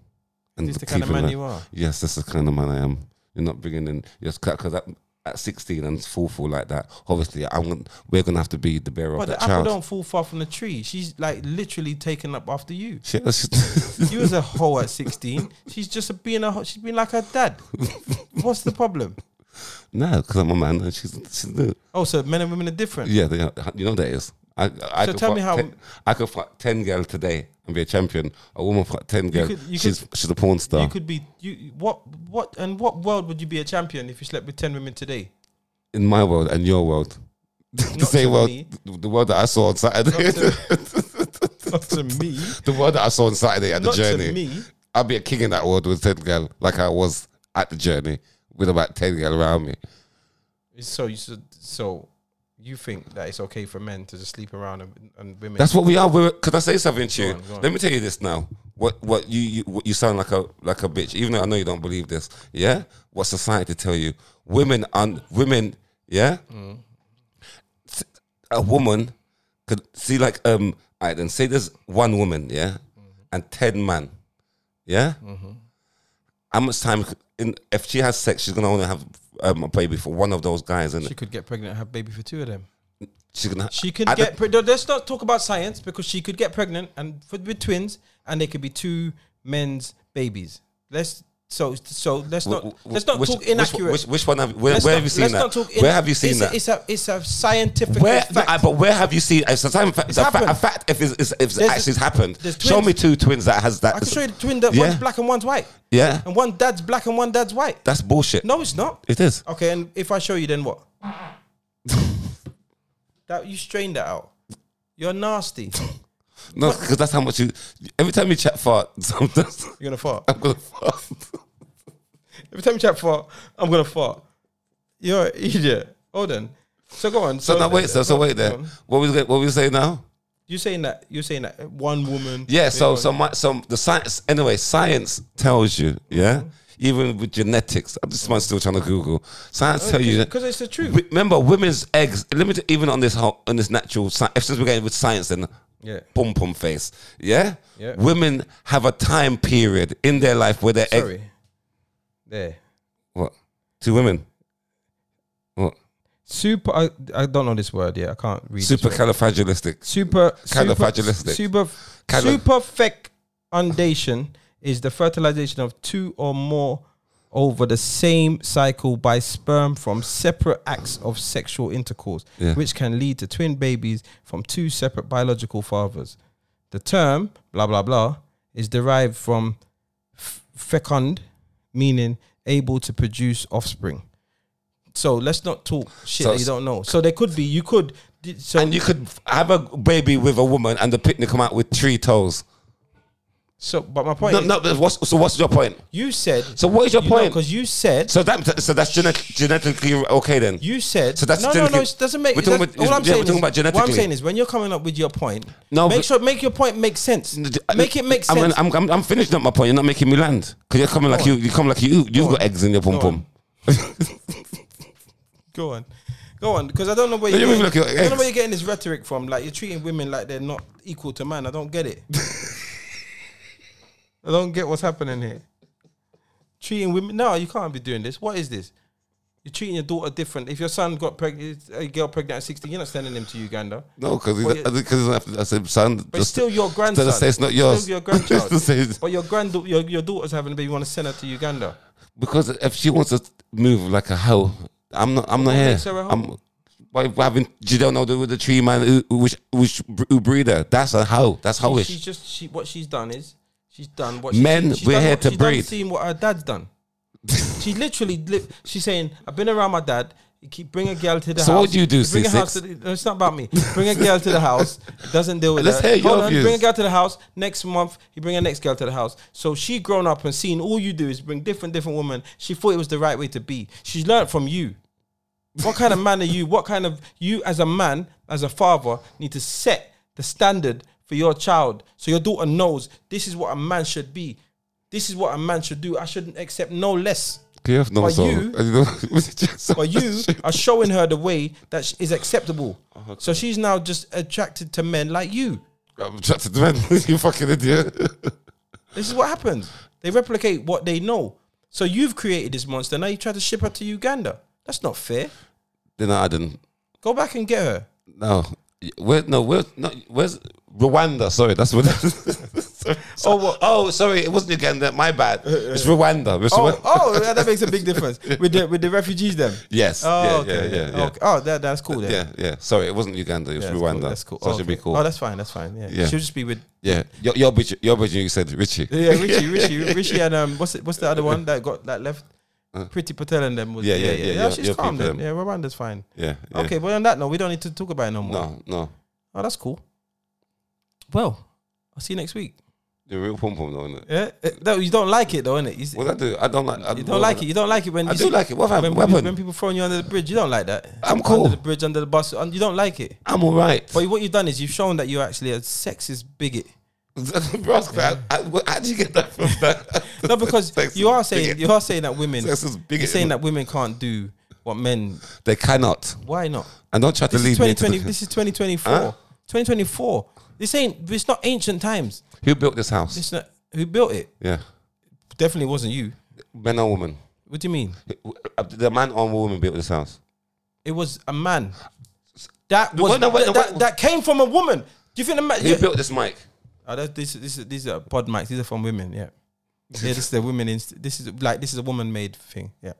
Speaker 2: And
Speaker 1: this the kind of
Speaker 2: keeping
Speaker 1: man
Speaker 2: her-
Speaker 1: you are?
Speaker 2: Yes, that's the kind of man I am. You're not bringing in yes, because at, at 16 and it's full like that. Obviously, I'm gonna, we're gonna have to be the bearer
Speaker 1: But
Speaker 2: of that
Speaker 1: the apple
Speaker 2: child.
Speaker 1: don't fall far from the tree. She's like literally taken up after you.
Speaker 2: Shit, that's just-
Speaker 1: You was a hoe at sixteen. She's just being a hoe. she's been like her dad. What's the problem?
Speaker 2: no, because I'm a man and she's she's the,
Speaker 1: Oh, so men and women are different.
Speaker 2: yeah, they are, you know that is. I, I
Speaker 1: So
Speaker 2: could
Speaker 1: tell me
Speaker 2: fuck
Speaker 1: how-
Speaker 2: ten- I could fuck ten girl today and be a champion. A woman fuck ten girl.
Speaker 1: could- you
Speaker 2: she's she's a porn star.
Speaker 1: You could be you what what and what world would you be a champion if you slept with ten women today?
Speaker 2: in my world and your world, the
Speaker 1: Not
Speaker 2: same
Speaker 1: to
Speaker 2: world,
Speaker 1: me.
Speaker 2: the world that I saw on Saturday,
Speaker 1: Not to me.
Speaker 2: the world that I saw on Saturday at
Speaker 1: Not
Speaker 2: the journey.
Speaker 1: to me.
Speaker 2: I'd be a king in that world with 10 girl, like I was at the journey with about 10 girl around me.
Speaker 1: So you so, so you think that it's okay for men to just sleep around and, and women?
Speaker 2: That's what we are. We're, could I say something to you?
Speaker 1: Go on, go on.
Speaker 2: Let me tell you this now. What what you, you what you sound like a like a bitch, even though I know you don't believe this.
Speaker 1: Mm.
Speaker 2: Yeah, what society tell you? Women are women. Yeah, a woman could see like um I then say there's one woman, yeah,
Speaker 1: Mm-hmm.
Speaker 2: and ten men, yeah. How much time could- in if she has sex, she's gonna only have um, a baby for one of those guys, and
Speaker 1: She could get pregnant and have baby for two of them.
Speaker 2: she's gonna
Speaker 1: She could
Speaker 2: at the-
Speaker 1: get. Pre- no, let's not talk about science because she could get pregnant and for, with twins, and they could be two men's babies. Let's so so let's not
Speaker 2: wh- wh-
Speaker 1: let's not
Speaker 2: which-
Speaker 1: talk
Speaker 2: which-
Speaker 1: inaccurate.
Speaker 2: Which, which one have where,
Speaker 1: Let's
Speaker 2: where
Speaker 1: not-
Speaker 2: have you seen
Speaker 1: let's
Speaker 2: that?
Speaker 1: not talk
Speaker 2: where
Speaker 1: inac-
Speaker 2: have you seen
Speaker 1: it's
Speaker 2: that?
Speaker 1: A, it's a it's a scientific
Speaker 2: where, no,
Speaker 1: fact.
Speaker 2: I- but where have you seen? It's a time fact.
Speaker 1: It's
Speaker 2: a fa-
Speaker 1: happened.
Speaker 2: a fact. If it's, it's, if it's
Speaker 1: There's-
Speaker 2: actually happened,
Speaker 1: there's
Speaker 2: show
Speaker 1: twins.
Speaker 2: me two twins that has that.
Speaker 1: I can show you the twin that
Speaker 2: yeah,
Speaker 1: one's black and one's white,
Speaker 2: Yeah,
Speaker 1: and one dad's black and one dad's white.
Speaker 2: that's bullshit.
Speaker 1: No, it's not.
Speaker 2: it is.
Speaker 1: Okay, and if I show you, then what? that you strain that out. You're nasty.
Speaker 2: No, because that's how much you. Every time you chat fart, sometimes
Speaker 1: You're gonna fart.
Speaker 2: I'm gonna fart.
Speaker 1: Every time you chat fart, I'm gonna fart. You're an idiot. Hold on. So go on.
Speaker 2: So now wait, so, so wait there. What we what we say now?
Speaker 1: You saying that? You saying that uh, one woman?
Speaker 2: Yeah. So so my so the science anyway. Science tells you, yeah. Even with genetics, this man's still trying to Google. Science tells you that
Speaker 1: Because it's the truth.
Speaker 2: Re- Remember, women's eggs limited even on this whole, on this natural science. Since we're getting with science and
Speaker 1: Yeah.
Speaker 2: pom pom face, yeah?
Speaker 1: Yeah.
Speaker 2: Women have a time period in their life where their egg.
Speaker 1: Sorry. There.
Speaker 2: What? Two women. What?
Speaker 1: Super. I, I don't know this word. Yeah, I can't read. this word.
Speaker 2: Supercalifragilistic.
Speaker 1: Super
Speaker 2: Califragilistic.
Speaker 1: Super
Speaker 2: Cali-
Speaker 1: superfecundation is the fertilization of two or more over the same cycle by sperm from separate acts of sexual intercourse,
Speaker 2: Yeah.
Speaker 1: which can lead to twin babies from two separate biological fathers. The term blah blah blah is derived from f- fecund, meaning able to produce offspring. So let's not talk shit
Speaker 2: So
Speaker 1: that you
Speaker 2: s-
Speaker 1: don't know. So there could be you could d- so
Speaker 2: And you could have a baby with a woman, and the picnic come out with three toes.
Speaker 1: So, but my point
Speaker 2: No,
Speaker 1: is,
Speaker 2: no. but What's, so what's your point?
Speaker 1: you said.
Speaker 2: So what is your point?
Speaker 1: Because you said.
Speaker 2: so that so that's genet- genetically okay then.
Speaker 1: you said.
Speaker 2: So that's
Speaker 1: no, no, no.
Speaker 2: genetically-
Speaker 1: It doesn't make.
Speaker 2: We're
Speaker 1: It
Speaker 2: talking
Speaker 1: doesn't-
Speaker 2: about-
Speaker 1: all I'm
Speaker 2: yeah, we're
Speaker 1: saying
Speaker 2: talking
Speaker 1: is,
Speaker 2: about
Speaker 1: What I'm
Speaker 2: genetically.
Speaker 1: saying is, when you're coming up with your point,
Speaker 2: No,
Speaker 1: make
Speaker 2: but-
Speaker 1: sure make your point make sense. Make it make
Speaker 2: I'm,
Speaker 1: sense.
Speaker 2: I'm, I'm, I'm finished up my point. You're not making me land because you're coming like you. You come like you. You've got eggs in your pom pom.
Speaker 1: go on, go on, because I don't know where
Speaker 2: No,
Speaker 1: you're.
Speaker 2: you
Speaker 1: Getting,
Speaker 2: move like
Speaker 1: I
Speaker 2: you're
Speaker 1: don't know
Speaker 2: ex.
Speaker 1: where you're getting this rhetoric from. Like you're treating women like they're not equal to man. I don't get it. I don't get what's happening here. Treating women? No, you can't be doing this. What is this? You're treating your daughter different. If your son got pregnant, a girl pregnant at 16, you're not sending him to Uganda.
Speaker 2: No, because
Speaker 1: Well,
Speaker 2: because
Speaker 1: yeah.
Speaker 2: I think 'cause it's not- I said, son.
Speaker 1: But it's still your grandson.
Speaker 2: Just say it's not yours.
Speaker 1: Still your
Speaker 2: Just
Speaker 1: grandchild.
Speaker 2: say it's-
Speaker 1: But your grand, your, your daughter's having a baby. You want to send her to Uganda?
Speaker 2: because if she wants to move like a hoe, I'm not. I'm not here.
Speaker 1: makes her a hoe?
Speaker 2: I'm. Why why haven't you don't know the, the tree man who, who- which which who breed her? That's a hoe. That's hoish.
Speaker 1: She's just she. What she's done is she's done what she-
Speaker 2: Men,
Speaker 1: she's
Speaker 2: we're
Speaker 1: done
Speaker 2: here
Speaker 1: what-
Speaker 2: to
Speaker 1: she's done
Speaker 2: breed.
Speaker 1: Seeing what her dad's done. she literally. Li- she's saying, "I've been around my dad. He keep bring a girl to the
Speaker 2: So
Speaker 1: house.
Speaker 2: what do you do,
Speaker 1: Bring a
Speaker 2: C6?
Speaker 1: house to the, no, it's not about me. Bring a girl to the house. Doesn't deal with
Speaker 2: Let's
Speaker 1: her.
Speaker 2: hear your
Speaker 1: Hold on,
Speaker 2: views.
Speaker 1: Bring a girl to the house. Next month, you bring a next girl to the house. So she grown up and seen all you do is bring different different women. She thought it was the right way to be. She's learned from you. What kind of man are you? What kind of you as a man, as a father, need to set the standard for your child so your daughter knows this is what a man should be. This is what a man should do. I shouldn't accept no less.
Speaker 2: You have no
Speaker 1: But
Speaker 2: soul.
Speaker 1: you- But you are showing her the way that sh- is acceptable.
Speaker 2: Oh,
Speaker 1: So she's now just attracted to men like you.
Speaker 2: I'm attracted to men. you fucking idiot.
Speaker 1: This is what happens. They replicate what they know. So you've created this monster. Now you try to ship her to Uganda. That's not fair.
Speaker 2: then I didn't.
Speaker 1: Go back and get her.
Speaker 2: No, where? No, where? No, where's Rwanda? Sorry, that's what. sorry,
Speaker 1: Oh, what-
Speaker 2: oh, sorry, it wasn't Uganda. My bad. It's Rwanda. It's
Speaker 1: Oh,
Speaker 2: Rwanda.
Speaker 1: oh, that that makes a big difference with the with the refugees then.
Speaker 2: Yes.
Speaker 1: Oh,
Speaker 2: yeah,
Speaker 1: okay.
Speaker 2: yeah, yeah, yeah.
Speaker 1: Okay. Oh, that that's cool then.
Speaker 2: Yeah, yeah. Sorry, it wasn't Uganda. It was
Speaker 1: Yeah, that's cool,
Speaker 2: Rwanda.
Speaker 1: That's cool.
Speaker 2: So it
Speaker 1: Oh,
Speaker 2: should be
Speaker 1: okay.
Speaker 2: cool.
Speaker 1: Oh, that's fine. That's fine. Yeah.
Speaker 2: Yeah.
Speaker 1: She'll just be with.
Speaker 2: yeah, your your bitch, your bitch. You said Richie.
Speaker 1: Yeah, Richie, Richie, Richie, and um, what's it, what's the other one that got that left? Pretty Patel and them was.
Speaker 2: Uh. Yeah, yeah, yeah, yeah,
Speaker 1: she's
Speaker 2: yeah,
Speaker 1: calm
Speaker 2: Pretty
Speaker 1: then. Yeah, Rwanda's fine.
Speaker 2: Yeah. yeah.
Speaker 1: Okay, well on that note, we don't need to talk about it no more.
Speaker 2: No, no.
Speaker 1: Oh, that's cool. Well, I'll see you next week.
Speaker 2: You're a real pom pom, though, isn't it?
Speaker 1: Yeah, Eh, no, you don't like it though, innit? You, s-
Speaker 2: What I do? I don't like. I
Speaker 1: you don't like it. You don't like it when
Speaker 2: I
Speaker 1: you
Speaker 2: do
Speaker 1: see-
Speaker 2: like it. What have I
Speaker 1: when, people-
Speaker 2: weapon?
Speaker 1: when people throwing you under the bridge. You don't like that.
Speaker 2: I'm cool.
Speaker 1: Under the bridge, under the bus, and you don't like it.
Speaker 2: I'm all right.
Speaker 1: But what you've done is you've shown that you're actually a sexist bigot.
Speaker 2: Bro, I- I- wh- How did you get that from that?
Speaker 1: No, because
Speaker 2: Sex
Speaker 1: you
Speaker 2: is
Speaker 1: are saying
Speaker 2: bigot.
Speaker 1: you are saying that women
Speaker 2: Sex is bigot.
Speaker 1: you're saying that women can't do what men?
Speaker 2: They cannot.
Speaker 1: Why not?
Speaker 2: And don't try to
Speaker 1: This is
Speaker 2: lead me
Speaker 1: 2020.
Speaker 2: into
Speaker 1: This is 2024.
Speaker 2: Huh?
Speaker 1: 2024. This ain't. It's not ancient times.
Speaker 2: who built this house.
Speaker 1: It's not, who built it?
Speaker 2: yeah,
Speaker 1: Definitely wasn't you.
Speaker 2: men or woman?
Speaker 1: What do you mean?
Speaker 2: Uh, The man or woman built this house.
Speaker 1: It was a man. That was
Speaker 2: Wait, no,
Speaker 1: that,
Speaker 2: wait, no,
Speaker 1: that,
Speaker 2: wait.
Speaker 1: that came from a woman. Do you think the man?
Speaker 2: Who
Speaker 1: yeah.
Speaker 2: built this mic?
Speaker 1: Oh, that, this, this, these are pod mics. These are from women. Yeah, yeah. This is the women. Inst- this is like this is a woman made thing. Yeah,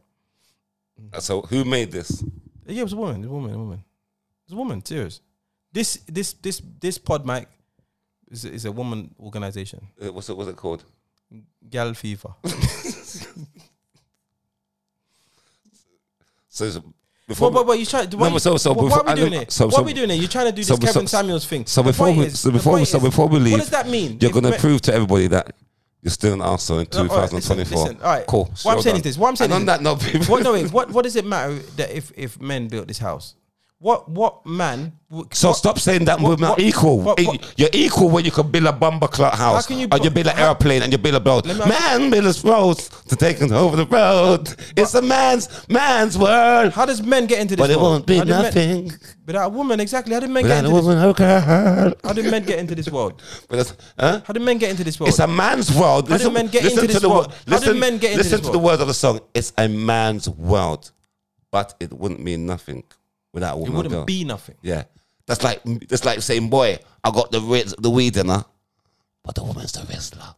Speaker 2: Uh, So who made this?
Speaker 1: yeah. It was a woman. It was a woman. A woman. It was a woman. Serious. This this this this pod mic is is a woman organization.
Speaker 2: Uh, What's it? What's it called?
Speaker 1: Gal fever.
Speaker 2: So it's- before
Speaker 1: What, what, what you trying? Why,
Speaker 2: No,
Speaker 1: you-
Speaker 2: but so- so
Speaker 1: why,
Speaker 2: before-
Speaker 1: are
Speaker 2: I
Speaker 1: we doing
Speaker 2: don't-
Speaker 1: it?
Speaker 2: so-
Speaker 1: So,
Speaker 2: so-
Speaker 1: what are we doing it? You're trying to do this
Speaker 2: so-
Speaker 1: Kevin
Speaker 2: so-
Speaker 1: Samuels thing.
Speaker 2: so
Speaker 1: The
Speaker 2: before
Speaker 1: point
Speaker 2: we-
Speaker 1: is-
Speaker 2: so
Speaker 1: the
Speaker 2: before we-
Speaker 1: point
Speaker 2: so
Speaker 1: is,
Speaker 2: before we leave,
Speaker 1: what does that mean?
Speaker 2: you're
Speaker 1: If
Speaker 2: going to
Speaker 1: men-
Speaker 2: prove to everybody that you're still an arsehole in
Speaker 1: No, all right,
Speaker 2: 2024.
Speaker 1: listen, listen, all right.
Speaker 2: Cool.
Speaker 1: What I'm
Speaker 2: well
Speaker 1: saying
Speaker 2: done.
Speaker 1: is this, what I'm saying
Speaker 2: and
Speaker 1: is
Speaker 2: on that note, people,
Speaker 1: What no? Wait, what what does it matter that if if men built this house? What what man? w-
Speaker 2: So
Speaker 1: what-
Speaker 2: stop saying that
Speaker 1: what-
Speaker 2: women
Speaker 1: what-
Speaker 2: are equal.
Speaker 1: what-
Speaker 2: E-
Speaker 1: what-
Speaker 2: you're equal when you can build a bomber clock house,
Speaker 1: can you
Speaker 2: and you
Speaker 1: put-
Speaker 2: build an
Speaker 1: how-
Speaker 2: airplane, and you build a boat.
Speaker 1: Let me ask-
Speaker 2: Man builds roads to take us over the road. It's a man's man's world,
Speaker 1: How does men get into this?
Speaker 2: but it
Speaker 1: world?
Speaker 2: won't be
Speaker 1: How did men-
Speaker 2: nothing
Speaker 1: Without a woman, exactly. How did men get
Speaker 2: without
Speaker 1: into
Speaker 2: a
Speaker 1: this?
Speaker 2: woman. Okay.
Speaker 1: How did men get into this world?
Speaker 2: But it's, huh?
Speaker 1: How did men get into this world?
Speaker 2: It's a man's world.
Speaker 1: How do men get into
Speaker 2: to
Speaker 1: this
Speaker 2: the wo-
Speaker 1: world? How do
Speaker 2: listen-
Speaker 1: men get into
Speaker 2: listen
Speaker 1: this
Speaker 2: to the words of the song. It's a man's world, but it wouldn't mean nothing without a
Speaker 1: it
Speaker 2: woman. or
Speaker 1: wouldn't
Speaker 2: girl.
Speaker 1: be nothing.
Speaker 2: Yeah, that's like that's like saying, "Boy, I got the ri- the weed in her, but the woman's the wrestler."